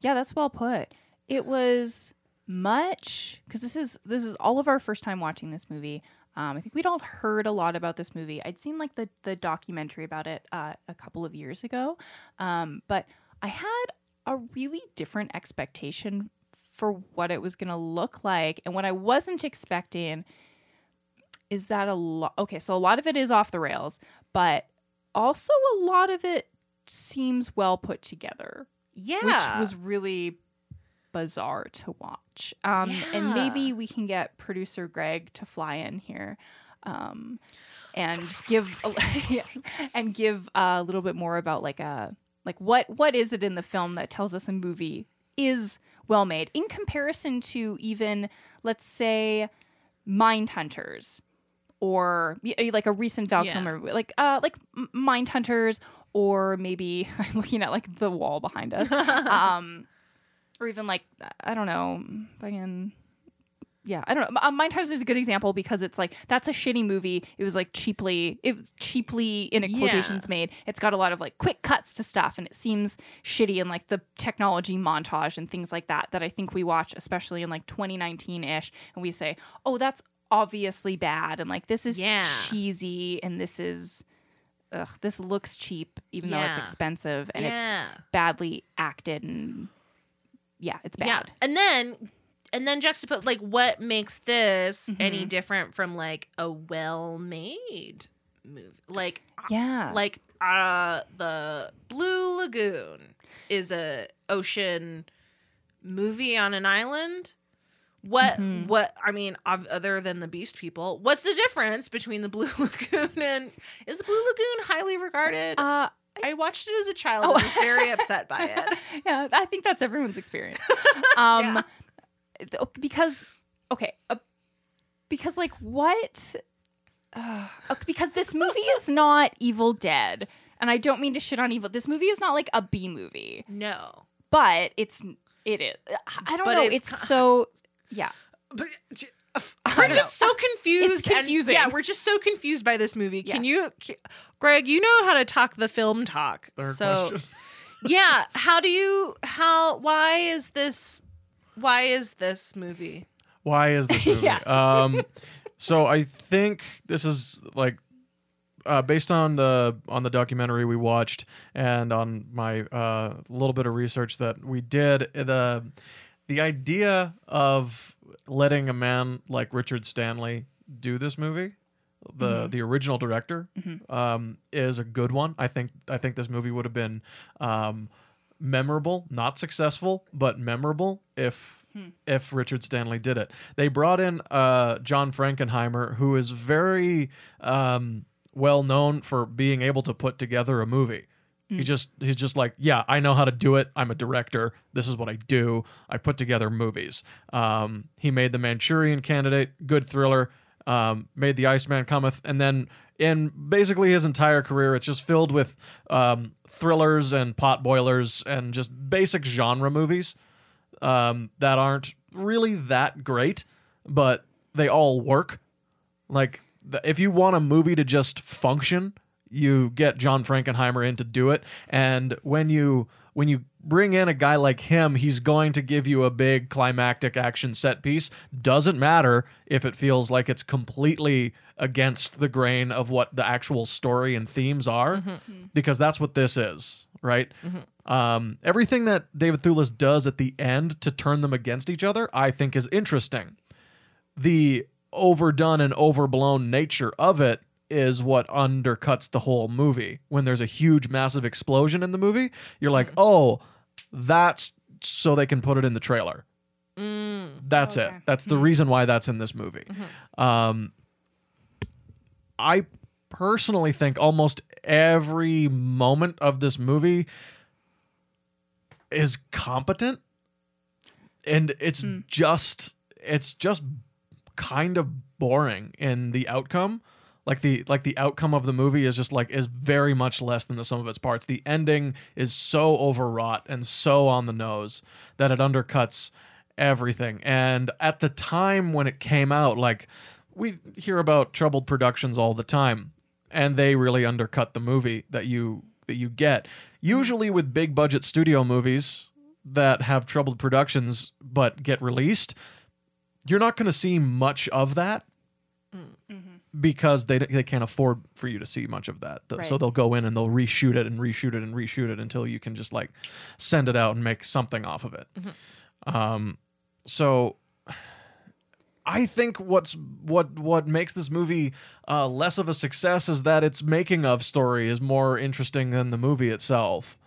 Speaker 3: Yeah, that's well put. It was much because this is this is all of our first time watching this movie. Um, I think we'd all heard a lot about this movie. I'd seen like the the documentary about it uh, a couple of years ago, um, but I had a really different expectation for what it was going to look like, and what I wasn't expecting is that a lot. Okay, so a lot of it is off the rails, but also a lot of it seems well put together,
Speaker 2: Yeah.
Speaker 3: which was really bizarre to watch. Um, And
Speaker 2: Yeah.
Speaker 3: maybe we can get producer Greg to fly in here. Um, and give yeah, and give uh, a little bit more about like a like what what is it in the film that tells us a movie is well made in comparison to even let's say mind hunters or y- like a recent Val
Speaker 2: Yeah.
Speaker 3: Kilmer movie, like uh, like Mind Hunters, or maybe I'm looking at like the wall behind us, um, or even like I don't know, fucking yeah, I don't know. Uh, Mind Hunters is a good example because it's like that's a shitty movie. It was like cheaply, it was cheaply in a
Speaker 2: Yeah.
Speaker 3: quotations made. It's got a lot of like quick cuts to stuff, and it seems shitty and like the technology montage and things like that that I think we watch, especially in like 2019 ish, and we say, oh, that's obviously bad, and like this is
Speaker 2: Yeah.
Speaker 3: cheesy, and this is. Ugh, this looks cheap, even though
Speaker 2: Yeah.
Speaker 3: it's expensive, and it's
Speaker 2: yeah.
Speaker 3: badly acted, and yeah, it's bad.
Speaker 2: Yeah. And then and then juxtapose like what makes this any different from like a well-made movie? Like
Speaker 3: Yeah,
Speaker 2: like uh the blue lagoon is a ocean movie on an island what
Speaker 3: Mhm.
Speaker 2: what i mean ob- other than the beast people what's the difference between the blue lagoon and is the blue lagoon highly regarded
Speaker 3: uh,
Speaker 2: i watched it as a child
Speaker 3: Oh.
Speaker 2: and was very upset by it
Speaker 3: yeah, I think that's everyone's experience. Um, because okay, uh, because like what? Uh, because this movie is not Evil Dead, and I don't mean to shit on Evil. This movie is not like a B movie,
Speaker 2: No.
Speaker 3: but it's it is. uh, I don't
Speaker 2: But
Speaker 3: know.
Speaker 2: it's
Speaker 3: It's,
Speaker 2: ki-
Speaker 3: so yeah.
Speaker 2: But-
Speaker 3: uh, don't
Speaker 2: We're just so confused.
Speaker 3: It's
Speaker 2: and-
Speaker 3: confusing.
Speaker 2: yeah, we're just so confused by this movie. Can you, c- Greg? You know how to talk the film talk.
Speaker 1: Third
Speaker 2: so
Speaker 1: question.
Speaker 2: yeah, how do you? How? Why is this? Why is this movie?
Speaker 1: Why is this movie?
Speaker 3: Yes.
Speaker 1: Um, so I think this is like uh, based on the on the documentary we watched and on my uh, little bit of research that we did uh, the the idea of letting a man like Richard Stanley do this movie. The, the original director um, is a good one. I think I think this movie would have been um, memorable, not successful, but memorable if if Richard Stanley did it. They brought in uh, John Frankenheimer, who is very um, well known for being able to put together a movie. He just he's just like, yeah, I know how to do it. I'm a director. This is what I do. I put together movies. Um, he made The Manchurian Candidate, good thriller. Um, made The Iceman Cometh, and then in basically his entire career, it's just filled with um, thrillers and potboilers and just basic genre movies um, that aren't really that great, but they all work. Like, th- if you want a movie to just function, you get John Frankenheimer in to do it. And when you when you bring in a guy like him, he's going to give you a big climactic action set piece. Doesn't matter if it feels like it's completely against the grain of what the actual story and themes are, because that's what this is, right? Um, everything that David Thewlis does at the end to turn them against each other, I think, is interesting the overdone and overblown nature of it is what undercuts the whole movie. When there's a huge, massive explosion in the movie, you're like, oh, that's so they can put it in the trailer. That's
Speaker 3: Okay.
Speaker 1: it. That's the reason why that's in this movie. Um, I personally think almost every moment of this movie is competent and it's just it's just kind of boring in the outcome like the like the outcome of the movie is just like is very much less than the sum of its parts the ending is so overwrought and so on the nose that it undercuts everything and at the time when it came out like we hear about troubled productions all the time and they really undercut the movie that you that you get usually with big budget studio movies that have troubled productions but get released you're not going to see much of that
Speaker 2: Mm-hmm.
Speaker 1: because they they can't afford for you to see much of that. Th- So
Speaker 3: Right.
Speaker 1: they'll go in and they'll reshoot it and reshoot it and reshoot it until you can just like send it out and make something off of it. Um, so I think what's what what makes this movie uh, less of a success is that its making of story is more interesting than the movie itself.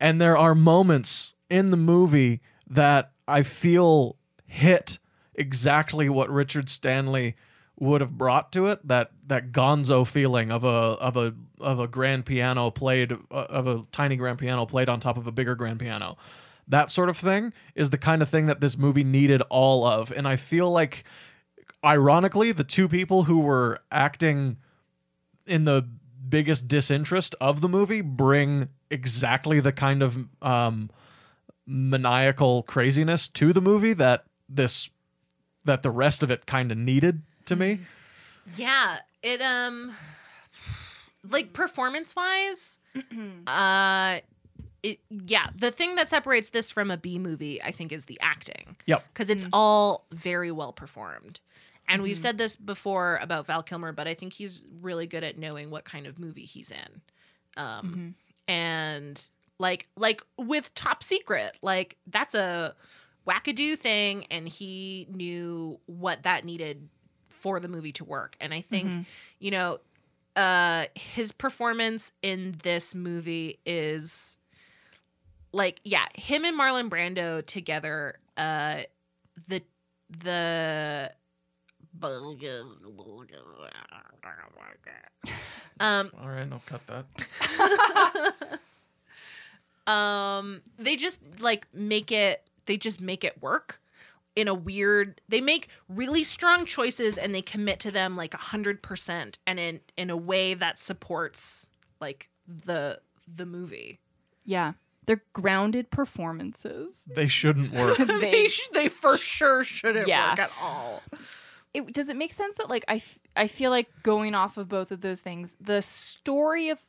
Speaker 1: And there are moments in the movie that I feel hit exactly what Richard Stanley would have brought to it that that gonzo feeling of a of a of a grand piano played uh, of a tiny grand piano played on top of a bigger grand piano that sort of thing is the kind of thing that this movie needed all of and i feel like ironically the two people who were acting in the biggest disinterest of the movie bring exactly the kind of um, maniacal craziness to the movie that this that the rest of it kind of needed to me.
Speaker 2: Yeah, it um, like performance wise,
Speaker 3: Mm-hmm.
Speaker 2: uh, it yeah. The thing that separates this from a B movie, I think, is the acting.
Speaker 1: Yep.
Speaker 2: because it's all very well performed. And we've said this before about Val Kilmer, but I think he's really good at knowing what kind of movie he's in. Um, And like, like with Top Secret, like that's a wackadoo thing, and he knew what that needed for the movie to work. And I think,
Speaker 3: Mm-hmm.
Speaker 2: you know, uh, his performance in this movie is like, yeah, him and Marlon Brando together. Uh, the the um
Speaker 1: All right, I'll cut that.
Speaker 2: um they just like make it they just make it work in a weird they make really strong choices and they commit to them like 100% and in in a way that supports like the the movie
Speaker 3: Yeah. They're grounded performances.
Speaker 1: They shouldn't work.
Speaker 2: they sh- they for sure shouldn't
Speaker 3: Yeah.
Speaker 2: work at all
Speaker 3: it, does it make sense that like I, f- I feel like going off of both of those things the story of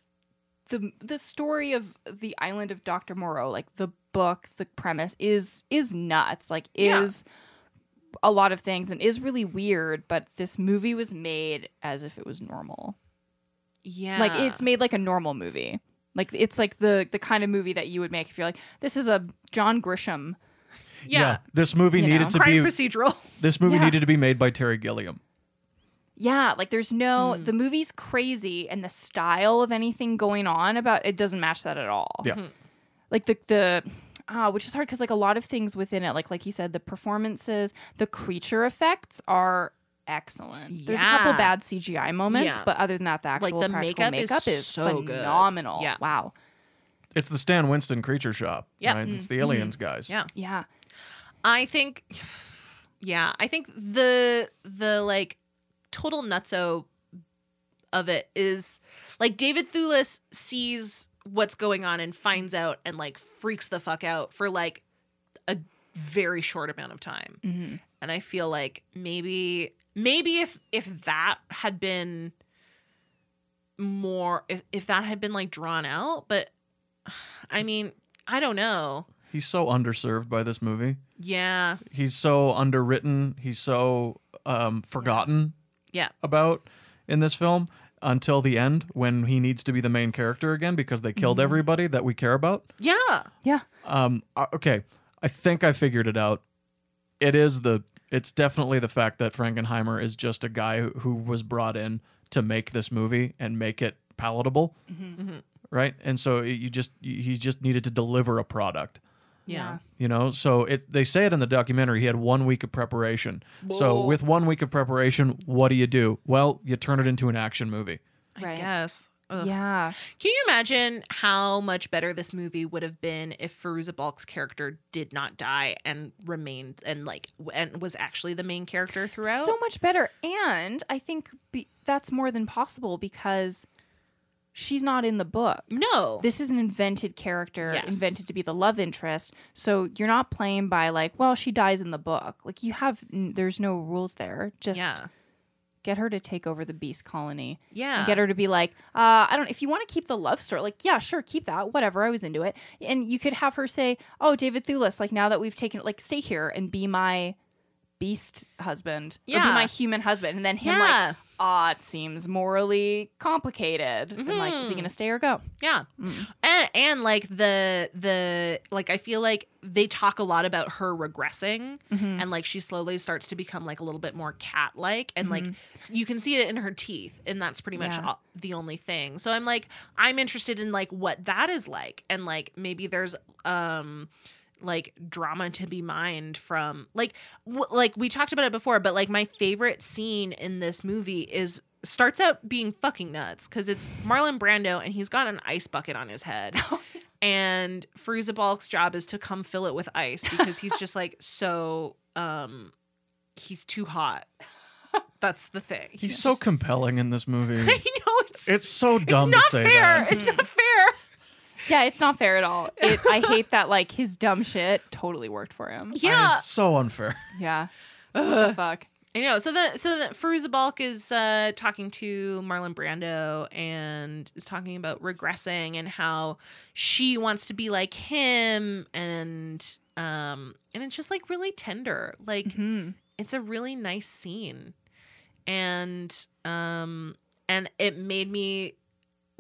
Speaker 3: the the story of the island of dr moreau like the book the premise is is nuts like
Speaker 2: Yeah.
Speaker 3: is a lot of things and is really weird but this movie was made as if it was normal
Speaker 2: yeah
Speaker 3: like it's made like a normal movie like it's like the the kind of movie that you would make if you're like this is a john grisham
Speaker 2: yeah,
Speaker 1: This movie
Speaker 3: You
Speaker 1: needed
Speaker 3: know.
Speaker 1: to
Speaker 2: crime
Speaker 1: be
Speaker 2: procedural
Speaker 1: this movie
Speaker 3: Yeah.
Speaker 1: needed to be made by Terry Gilliam.
Speaker 3: Yeah, like there's no
Speaker 2: Mm.
Speaker 3: the movie's crazy and the style of anything going on about it doesn't match that at all.
Speaker 1: Yeah.
Speaker 2: Mhm.
Speaker 3: Like the the ah, which is hard because like a lot of things within it, like like you said, the performances, the creature effects are excellent. There's a couple
Speaker 2: Yeah.
Speaker 3: bad CGI moments,
Speaker 2: Yeah.
Speaker 3: but other than that, the
Speaker 2: Like,
Speaker 3: actual
Speaker 2: the
Speaker 3: practical
Speaker 2: makeup is
Speaker 3: makeup is,
Speaker 2: so good.
Speaker 3: phenomenal.
Speaker 2: Yeah.
Speaker 3: Wow.
Speaker 1: It's the Stan Winston creature shop.
Speaker 2: Yep.
Speaker 1: Right? It's the aliens guys.
Speaker 2: yeah
Speaker 3: Mm-hmm. Yeah.
Speaker 2: I think yeah, I think the the like total nutso of it is like David Thewlis sees what's going on and finds out and like freaks the fuck out for like a very short amount of time.
Speaker 3: hmm
Speaker 2: And I feel like maybe maybe if if that had been more if, if that had been like drawn out, but I mean, I don't know.
Speaker 1: He's so underserved by this movie.
Speaker 2: Yeah.
Speaker 1: He's so underwritten. He's so um, forgotten.
Speaker 2: Yeah.
Speaker 1: About in this film until the end when he needs to be the main character again because they
Speaker 3: Mm-hmm.
Speaker 1: killed everybody that we care about.
Speaker 2: Yeah.
Speaker 3: Yeah.
Speaker 1: Um. uh, Okay. I think I figured it out. It is the. It's definitely the fact that Frankenheimer is just a guy who, who was brought in to make this movie and make it palatable,
Speaker 3: Mm-hmm.
Speaker 2: Mhm.
Speaker 1: right? And so it- you just you- he just needed to deliver a product,
Speaker 2: Yeah.
Speaker 1: you know. So it they say it in the documentary. He had one week of preparation. So
Speaker 2: Whoa.
Speaker 1: with one week of preparation, what do you do? Well, you turn it into an action movie.
Speaker 2: I
Speaker 3: Right.
Speaker 2: guess. Ugh.
Speaker 3: Yeah.
Speaker 2: Can you imagine how much better this movie would have been if Feruza Balk's character did not die and remained and like w- and was actually the main character throughout?
Speaker 3: So much better. And I think be, that's more than possible because she's not in the book.
Speaker 2: no.
Speaker 3: This is an invented character,
Speaker 2: Yes.
Speaker 3: invented to be the love interest. So you're not playing by like, well, she dies in the book. Like you have, n- there's no rules there. Just
Speaker 2: yeah.
Speaker 3: get her to take over the beast colony.
Speaker 2: Yeah.
Speaker 3: And get her to be like, uh, I don't. If you want to keep the love story, like, yeah, sure, keep that. Whatever, I was into it. And you could have her say, "Oh, David Thewlis, like now that we've taken, like, stay here and be my beast husband, or be
Speaker 2: Yeah.
Speaker 3: my human husband." And then him like,
Speaker 2: yeah.
Speaker 3: ah, it seems morally complicated. And like, is he
Speaker 2: Mhm.
Speaker 3: gonna stay or go?
Speaker 2: yeah.
Speaker 3: Mm.
Speaker 2: And and like the the like I feel like they talk a lot about her regressing
Speaker 3: Mhm.
Speaker 2: and like she slowly starts to become like a little bit more cat like and like you can see it in her teeth and that's pretty much
Speaker 3: Yeah.
Speaker 2: all, the only thing so i'm like i'm interested in like what that is like and like maybe there's um like drama to be mined from like w- like we talked about it before but like my favorite scene in this movie is starts out being fucking nuts because it's marlon brando and he's got an ice bucket on his head and Fruza Balk's job is to come fill it with ice because he's just like so um he's too hot. That's the thing.
Speaker 1: He's so
Speaker 2: just-
Speaker 1: compelling in this
Speaker 2: I
Speaker 1: movie.
Speaker 2: know it's
Speaker 1: it's so
Speaker 2: it's
Speaker 1: dumb
Speaker 2: not
Speaker 1: to say
Speaker 2: fair.
Speaker 1: that.
Speaker 2: It's not fair.
Speaker 3: Yeah, it's not fair at all. It, I hate that. Like his dumb shit totally worked for him.
Speaker 1: And
Speaker 2: Yeah.
Speaker 1: it's so unfair.
Speaker 3: Yeah.
Speaker 2: Ugh.
Speaker 3: Fuck.
Speaker 2: I know. So the so the Feruza Balk is uh, talking to Marlon Brando and is talking about regressing and how she wants to be like him and um and it's just like really tender. Like
Speaker 3: Mhm.
Speaker 2: it's a really nice scene and um and it made me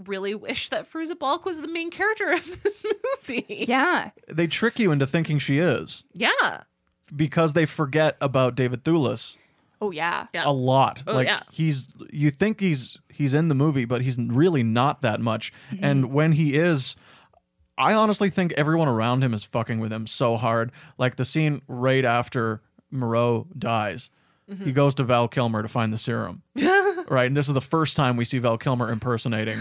Speaker 2: really wish that Fruza Balk was the main character of this movie.
Speaker 3: Yeah.
Speaker 1: They trick you into thinking she is
Speaker 2: Yeah.
Speaker 1: because they forget about David Thewlis
Speaker 3: Oh yeah.
Speaker 2: Yeah.
Speaker 1: a lot.
Speaker 2: Oh,
Speaker 1: like
Speaker 2: yeah.
Speaker 1: he's you think he's he's in the movie but he's really not that much.
Speaker 2: Mm-hmm.
Speaker 1: And when he is I honestly think everyone around him is fucking with him so hard. Like the scene right after Moreau dies.
Speaker 2: Mm-hmm.
Speaker 1: He goes to Val Kilmer to find the serum. right? And this is the first time we see Val Kilmer impersonating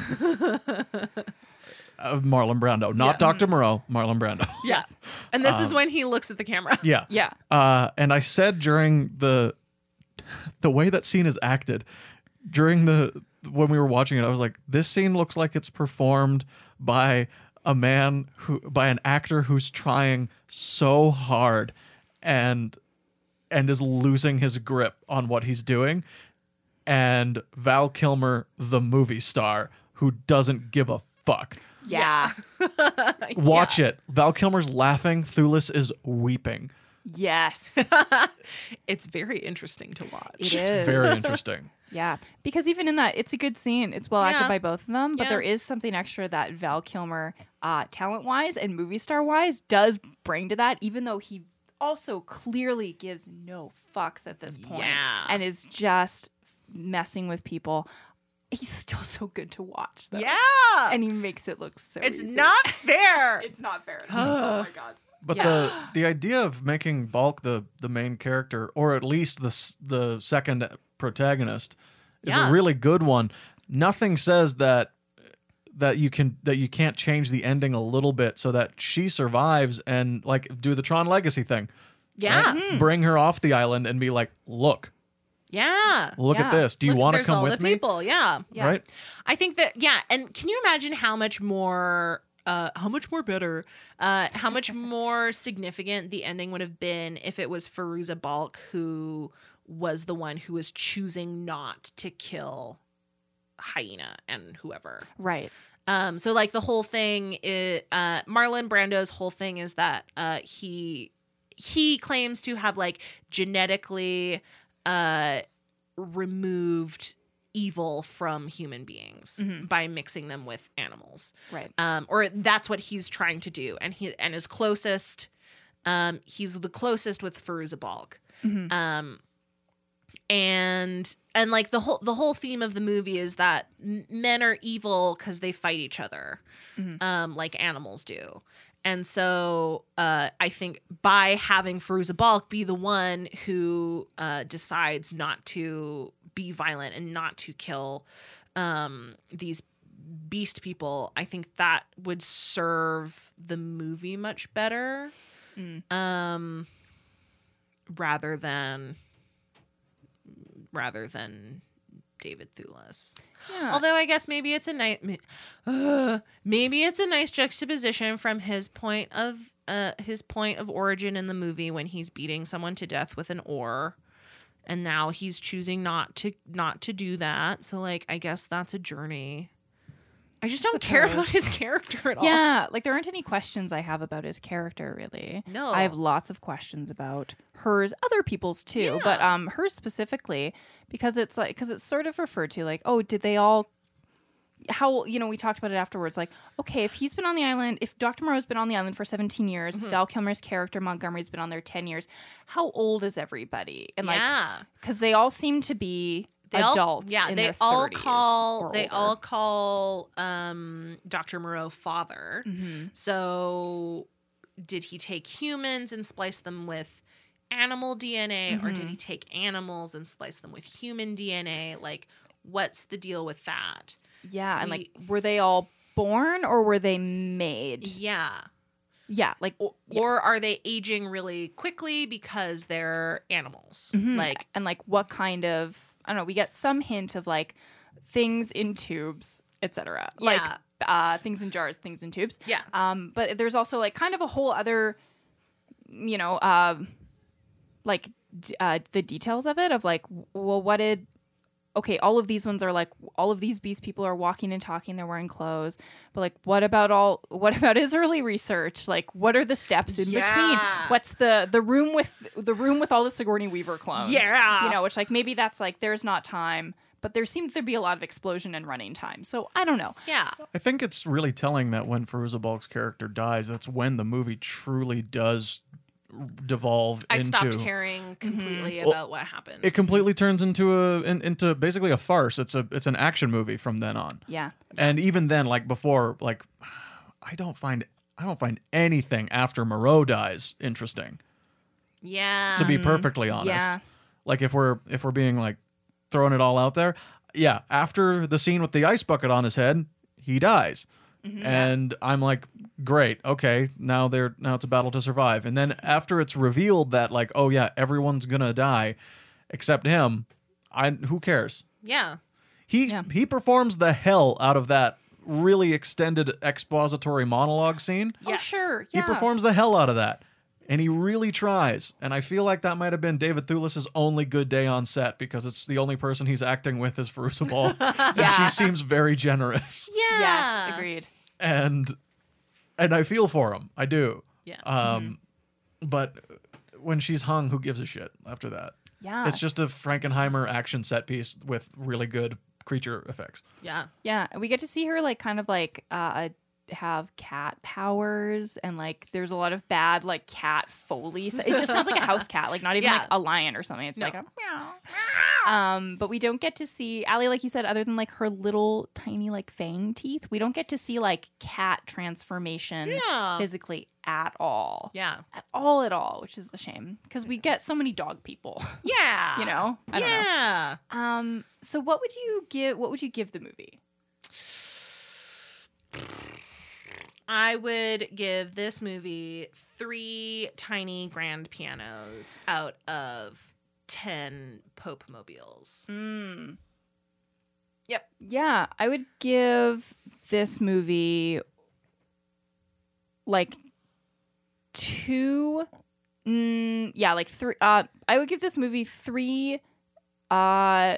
Speaker 1: of Marlon Brando, not
Speaker 3: Yeah.
Speaker 1: Dr. Moreau, Marlon Brando.
Speaker 3: Yes.
Speaker 2: And this is when he looks at the camera.
Speaker 1: yeah.
Speaker 3: Yeah.
Speaker 1: Uh, and I said during the the way that scene is acted during the when we were watching it, I was like, this scene looks like it's performed by a man who by an actor who's trying so hard and and is losing his grip on what he's doing and Val Kilmer the movie star who doesn't give a fuck
Speaker 3: Yeah.
Speaker 1: watch it Val Kilmer's laughing Thulis is weeping
Speaker 3: Yes.
Speaker 2: It's very interesting to watch.
Speaker 1: It's
Speaker 3: It is.
Speaker 1: very interesting.
Speaker 3: Yeah, because even in that, it's a good scene. It's well acted
Speaker 2: Yeah.
Speaker 3: by both of them, but
Speaker 2: Yeah.
Speaker 3: there is something extra that Val Kilmer, uh, talent wise and movie star wise, does bring to that, even though he also clearly gives no fucks at this point
Speaker 2: Yeah.
Speaker 3: and is just messing with people. He's still so good to watch, though.
Speaker 2: Yeah.
Speaker 3: And he makes it look so
Speaker 2: it's
Speaker 3: easy.
Speaker 2: not fair.
Speaker 3: It's not fair. oh my God.
Speaker 1: But
Speaker 2: Yeah.
Speaker 1: the the idea of making Balk the the main character, or at least the s- the second protagonist, is
Speaker 2: Yeah.
Speaker 1: a really good one. Nothing says that that you can that you can't change the ending a little bit so that she survives and like do the Tron Legacy thing.
Speaker 2: yeah. Hmm.
Speaker 1: right? Bring her off the island and be like, look,
Speaker 2: Yeah.
Speaker 1: look at
Speaker 3: Yeah.
Speaker 1: this. Do you
Speaker 2: Look,
Speaker 1: want to
Speaker 2: there's
Speaker 1: come
Speaker 2: all
Speaker 1: with
Speaker 2: the
Speaker 1: me?
Speaker 2: People. Yeah.
Speaker 3: Yeah.
Speaker 1: Right?
Speaker 2: I think that yeah, and can you imagine how much more uh how much more better uh how much more significant the ending would have been if it was Feruza Balk who was the one who was choosing not to kill hyena and whoever.
Speaker 3: Right.
Speaker 2: Um, so like the whole thing is uh, Marlon Brando's whole thing is that uh, he he claims to have like genetically uh, removed evil from human beings
Speaker 3: Mhm.
Speaker 2: by mixing them with animals,
Speaker 3: Right.
Speaker 2: um, or that's what he's trying to do. And he and his closest, um, he's the closest with Feruza Balk
Speaker 3: Mhm.
Speaker 2: um and and like the whole the whole theme of the movie is that m- men are evil because they fight each other
Speaker 3: Mhm.
Speaker 2: um like animals do and so uh i think by having Feruza balk be the one who uh decides not to be violent and not to kill um these beast people i think that would serve the movie much better
Speaker 3: Mm.
Speaker 2: um rather than rather than David Thewlis.
Speaker 3: Yeah.
Speaker 2: Although I guess maybe it's a nice uh, maybe it's a nice juxtaposition from his point of uh his point of origin in the movie when he's beating someone to death with an oar and now he's choosing not to not to do that. So like I guess that's a journey. I just
Speaker 3: I
Speaker 2: don't care
Speaker 3: suppose.
Speaker 2: about his character at all.
Speaker 3: Yeah, like there aren't any questions I have about his character really.
Speaker 2: No.
Speaker 3: I have lots of questions about hers, other people's too, but
Speaker 2: Yeah.
Speaker 3: um hers specifically because it's like because it's sort of referred to like, oh, did they all how you know we talked about it afterwards like okay if he's been on the island if dr moreau's been on the island for 17 years
Speaker 2: Mm-hmm.
Speaker 3: val kilmer's character montgomery's been on there 10 years how old is everybody and like
Speaker 2: yeah.
Speaker 3: because they all seem to be
Speaker 2: they all-
Speaker 3: adults
Speaker 2: yeah,
Speaker 3: in
Speaker 2: they
Speaker 3: their
Speaker 2: all
Speaker 3: 30s
Speaker 2: call
Speaker 3: or
Speaker 2: they
Speaker 3: older.
Speaker 2: all call um, Dr. Moreau father.
Speaker 3: Mhm.
Speaker 2: So did he take humans and splice them with animal DNA, or did
Speaker 3: Mhm.
Speaker 2: he take animals and splice them with human DNA? Like, what's the deal with that?
Speaker 3: yeah and like
Speaker 2: we-
Speaker 3: were they all born or were they made
Speaker 2: Yeah.
Speaker 3: Yeah, like
Speaker 2: Or, or are they aging really quickly because they're animals?
Speaker 3: like
Speaker 2: Like,
Speaker 3: mm-hmm. and like what kind of I don't know, we get some hint of like things in tubes, etc. Like
Speaker 2: Yeah.
Speaker 3: uh things in jars, things in tubes.
Speaker 2: yeah.
Speaker 3: Um but there's also like kind of a whole other you know, uh like d- uh the details of it of like w- well what did okay, all of these ones are like all of these beast people are walking and talking, they're wearing clothes. But like what about all what about his early research? Like what are the steps in between?
Speaker 2: Yeah.
Speaker 3: What's the the room with the room with all the Sigourney Weaver clones?
Speaker 2: Yeah.
Speaker 3: You know, which like maybe that's like there's not time, but there seems to be a lot of explosion and running time. So I don't know.
Speaker 2: Yeah.
Speaker 1: I think it's really telling that when Feruza Balk's character dies, that's when the movie truly does devolve
Speaker 2: I
Speaker 1: into
Speaker 2: stopped
Speaker 3: Mm-hmm.
Speaker 2: caring completely
Speaker 1: Well,
Speaker 2: about what happened.
Speaker 1: it completely turns into a in, into basically a farce. It's a it's an action movie from then on.
Speaker 3: Yeah.
Speaker 1: And even then, like before, like I don't find I don't find anything after Moreau dies interesting.
Speaker 2: yeah.
Speaker 1: To be perfectly honest,
Speaker 3: yeah.
Speaker 1: like if we're if we're being like throwing it all out there, yeah. After the scene with the ice bucket on his head, he dies. and I'm like, great, okay, now they're now it's a battle to survive. And then after it's revealed that like, oh yeah, everyone's gonna die, except him. I who cares?
Speaker 2: Yeah.
Speaker 1: He
Speaker 3: Yeah.
Speaker 1: he performs the hell out of that really extended expository monologue scene.
Speaker 3: Oh,
Speaker 2: Yes.
Speaker 3: sure. Yeah.
Speaker 1: He performs the hell out of that. And he really tries. And I feel like that might have been David Thewlis' only good day on set because it's the only person he's acting with is Faruza Ball. And
Speaker 3: Yeah.
Speaker 1: she seems very generous.
Speaker 2: Yeah.
Speaker 3: Yes, agreed.
Speaker 1: And and I feel for him. I do.
Speaker 2: Yeah.
Speaker 1: Um
Speaker 3: Mm-hmm.
Speaker 1: but when she's hung, who gives a shit after that?
Speaker 3: Yeah.
Speaker 1: It's just a Frankenheimer action set piece with really good creature effects.
Speaker 2: Yeah.
Speaker 3: Yeah, we get to see her like kind of like uh have cat powers and like there's a lot of bad like cat foley. So it just sounds like a house cat, like not even
Speaker 2: Yeah.
Speaker 3: like a lion or something. It's
Speaker 2: No.
Speaker 3: like a meow. Um, but we don't get to see Allie, like you said, other than like her little tiny like fang teeth, we don't get to see like cat transformation
Speaker 2: Yeah.
Speaker 3: physically at all.
Speaker 2: Yeah.
Speaker 3: At all at all, which is a shame. Because we get so many dog people.
Speaker 2: Yeah.
Speaker 3: You know? I don't know.
Speaker 2: Ah. yeah.
Speaker 3: Um, so what would you give what would you give the movie?
Speaker 2: I would give this movie three tiny grand pianos out of 10 Pope mobiles.
Speaker 3: Mm.
Speaker 2: Yep.
Speaker 3: Yeah, I would give this movie like two. Mm, yeah, like three. Uh, I would give this movie three. Uh,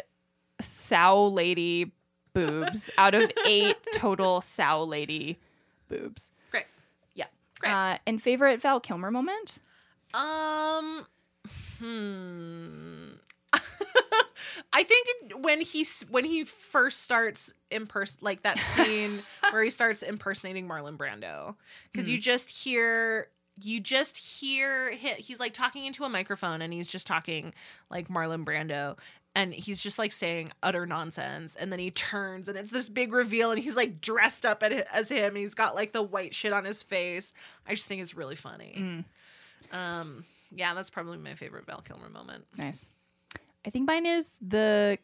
Speaker 3: sow lady boobs out of eight total sow lady boobs.
Speaker 2: Great.
Speaker 3: Yeah.
Speaker 2: Great.
Speaker 3: Uh, and favorite Val Kilmer moment?
Speaker 2: Um, hmm. I think it- when he s- when he first starts imperson like that scene where he starts impersonating Marlon Brando because you just hear you just hear hi he's like talking into a microphone and he's just talking like Marlon Brando and he's just like saying utter nonsense and then he turns and it's this big reveal and he's like dressed up at, as him and he's got like the white shit on his face I just think it's really funny.
Speaker 3: Mm,
Speaker 2: Um, yeah, that's probably my favorite Val Kilmer moment.
Speaker 3: nice. I think mine is the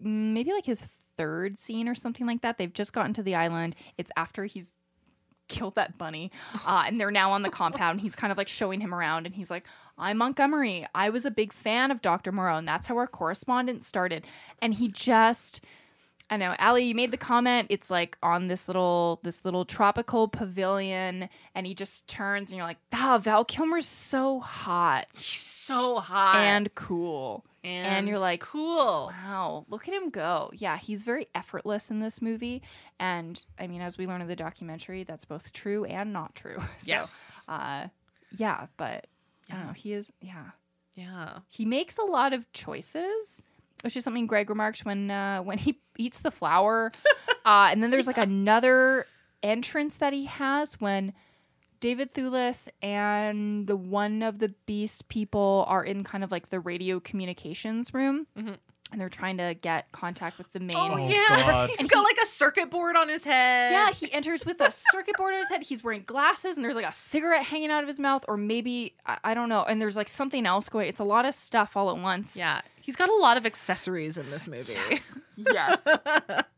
Speaker 3: mm, maybe like his third scene or something like that. They've just gotten to the island. It's after he's killed that bunny, uh, and they're now on the compound. He's kind of like showing him around, and he's like, "I'm Montgomery. I was a big fan of Dr. Moreau, and that's how our correspondence started." And he just. I know, Allie, you made the comment. It's like on this little this little tropical pavilion, and he just turns, and you're like, "Ah, Val Kilmer's so hot
Speaker 2: He's so hot
Speaker 3: and cool."
Speaker 2: and,
Speaker 3: you're like,
Speaker 2: cool.
Speaker 3: Wow, look at him go. Yeah, he's very effortless in this movie. And I mean, as we learn in the documentary, that's both true and not true. So,
Speaker 2: Yes.
Speaker 3: Uh, yeah, but I don't know. He is, yeah.
Speaker 2: Yeah.
Speaker 3: He makes a lot of choices, which is something Greg remarked when uh, when he eats the flower. uh, and then there's like another entrance that he has when David Thewlis and the one of the Beast people are in kind of like the radio communications room,
Speaker 2: Mhm.
Speaker 3: and they're trying to get contact with the main.
Speaker 2: Oh,
Speaker 1: Oh,
Speaker 2: yeah.
Speaker 1: God.
Speaker 2: He's
Speaker 3: And
Speaker 2: got
Speaker 3: he-
Speaker 2: like a circuit board on his head.
Speaker 3: Yeah, he enters with a circuit board on his head. He's wearing glasses, and there's like a cigarette hanging out of his mouth, or maybe I, I don't know. And there's like something else going. It's a lot of stuff all at once.
Speaker 2: Yeah. He's got a lot of accessories in this movie.
Speaker 3: Yes,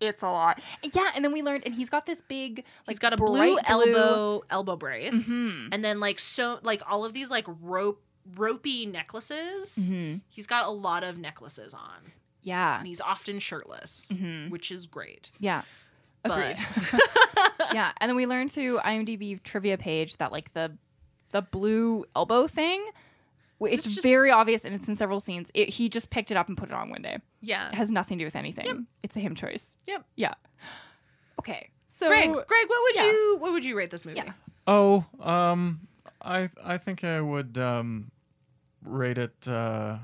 Speaker 3: it's a lot. Yeah, and then we learned, and he's got this big, like,
Speaker 2: He's got a
Speaker 3: bright
Speaker 2: blue, elbow elbow brace.
Speaker 3: Mhm.
Speaker 2: And then like so like all of these like rope ropey necklaces.
Speaker 3: Mhm.
Speaker 2: He's got a lot of necklaces on.
Speaker 3: Yeah,
Speaker 2: And he's often shirtless,
Speaker 3: Mhm.
Speaker 2: which is great.
Speaker 3: yeah,
Speaker 2: But-
Speaker 3: agreed. yeah, and then we learned through IMDb trivia page that like the the blue elbow thing, w- it's
Speaker 2: It's just-
Speaker 3: very obvious, and it's in several scenes. It, he just picked it up and put it on one day.
Speaker 2: Yeah.
Speaker 3: It has nothing to do with anything.
Speaker 2: Yep.
Speaker 3: It's a him choice.
Speaker 2: Yep.
Speaker 3: Yeah. Okay. So
Speaker 2: Greg, Greg, what would
Speaker 3: yeah.
Speaker 2: you what would you rate this movie?
Speaker 3: Yeah.
Speaker 1: Oh, um, I I think I would um, rate it uh,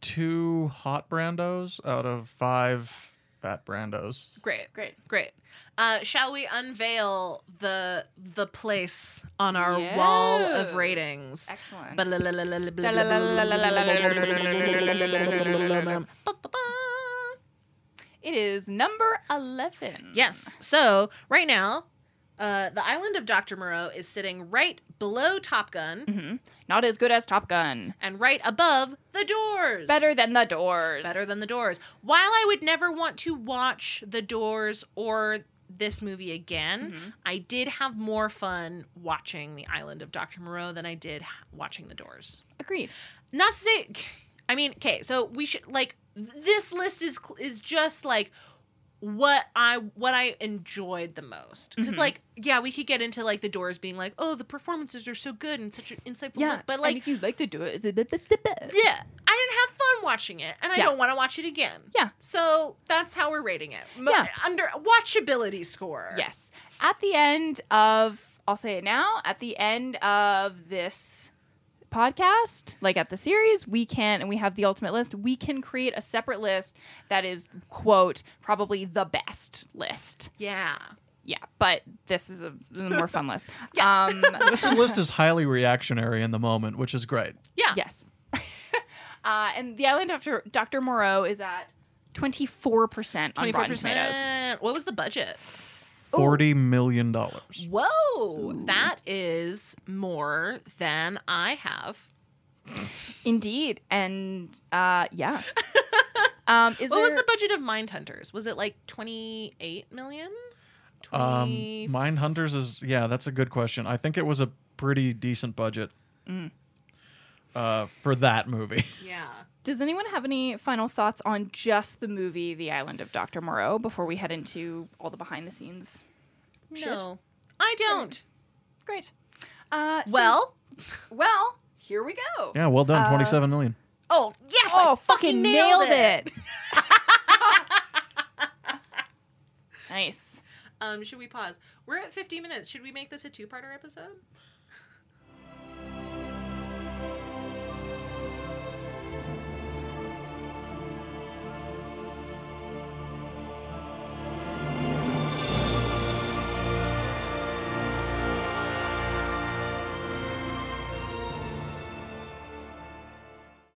Speaker 1: two hot brandos out of five fat brandos.
Speaker 2: Great.
Speaker 3: great.
Speaker 2: Great. Uh, shall we unveil the the place on our
Speaker 3: Yes.
Speaker 2: wall of ratings?
Speaker 3: Excellent. it is number 11.
Speaker 2: Yes. So right now, uh, the island of Dr. Moreau is sitting right below Top Gun
Speaker 3: hmm Not as good as Top Gun.
Speaker 2: and right above the doors.
Speaker 3: Better than the doors.
Speaker 2: better than the doors. While I would never want to watch the doors or this movie again.
Speaker 3: Mhm.
Speaker 2: I did have more fun watching The Island of Dr. Moreau than I did h- watching The Doors.
Speaker 3: Agreed.
Speaker 2: Not to say, I mean, okay, so we should like this list is cl- is just like what I what I enjoyed the most because
Speaker 3: Mhm.
Speaker 2: like yeah we could get into like the doors being like oh the performances are so good and such an insightful look but like
Speaker 3: if you like to do it,
Speaker 2: yeah, I didn't have fun watching it, and I
Speaker 3: Yeah.
Speaker 2: don't want to watch it again.
Speaker 3: Yeah.
Speaker 2: So that's how we're rating it. Mo-
Speaker 3: Yeah.
Speaker 2: Under watchability score.
Speaker 3: Yes. At the end of, I'll say it now, at the end of this podcast, like at the series, we can, and we have the ultimate list, we can create a separate list that is, quote, probably the best list.
Speaker 2: Yeah.
Speaker 3: Yeah, but this is a the more fun list. Um,
Speaker 1: This list is highly reactionary in the moment, which is great.
Speaker 2: Yeah.
Speaker 3: yes. uh, and the island after Dr. Moreau is at 24% on Rotten Tomatoes.
Speaker 2: What was the budget?
Speaker 1: Forty million dollars.
Speaker 2: Whoa, that is more than I have.
Speaker 3: Indeed. And uh, yeah. Um, is
Speaker 2: what
Speaker 3: there...
Speaker 2: was the budget of Mindhunters? Was it like 28 million?
Speaker 1: Um,
Speaker 2: 20...
Speaker 1: Mine Hunters is yeah, that's a good question. I think it was a pretty decent budget uh, for that movie.
Speaker 2: yeah.
Speaker 3: Does anyone have any final thoughts on just the movie The Island of Dr. Moreau before we head into all the behind the scenes? Shit.
Speaker 2: No, I don't.
Speaker 3: Great. Uh, so-
Speaker 2: Well,
Speaker 3: well, here we go.
Speaker 1: Yeah, well done.
Speaker 3: Uh,
Speaker 1: Twenty-seven million.
Speaker 2: oh, yes.
Speaker 3: Oh,
Speaker 2: I
Speaker 3: fucking nailed, it. nice.
Speaker 2: Um, should we pause? We're at 50 minutes. Should we make this a two-parter episode?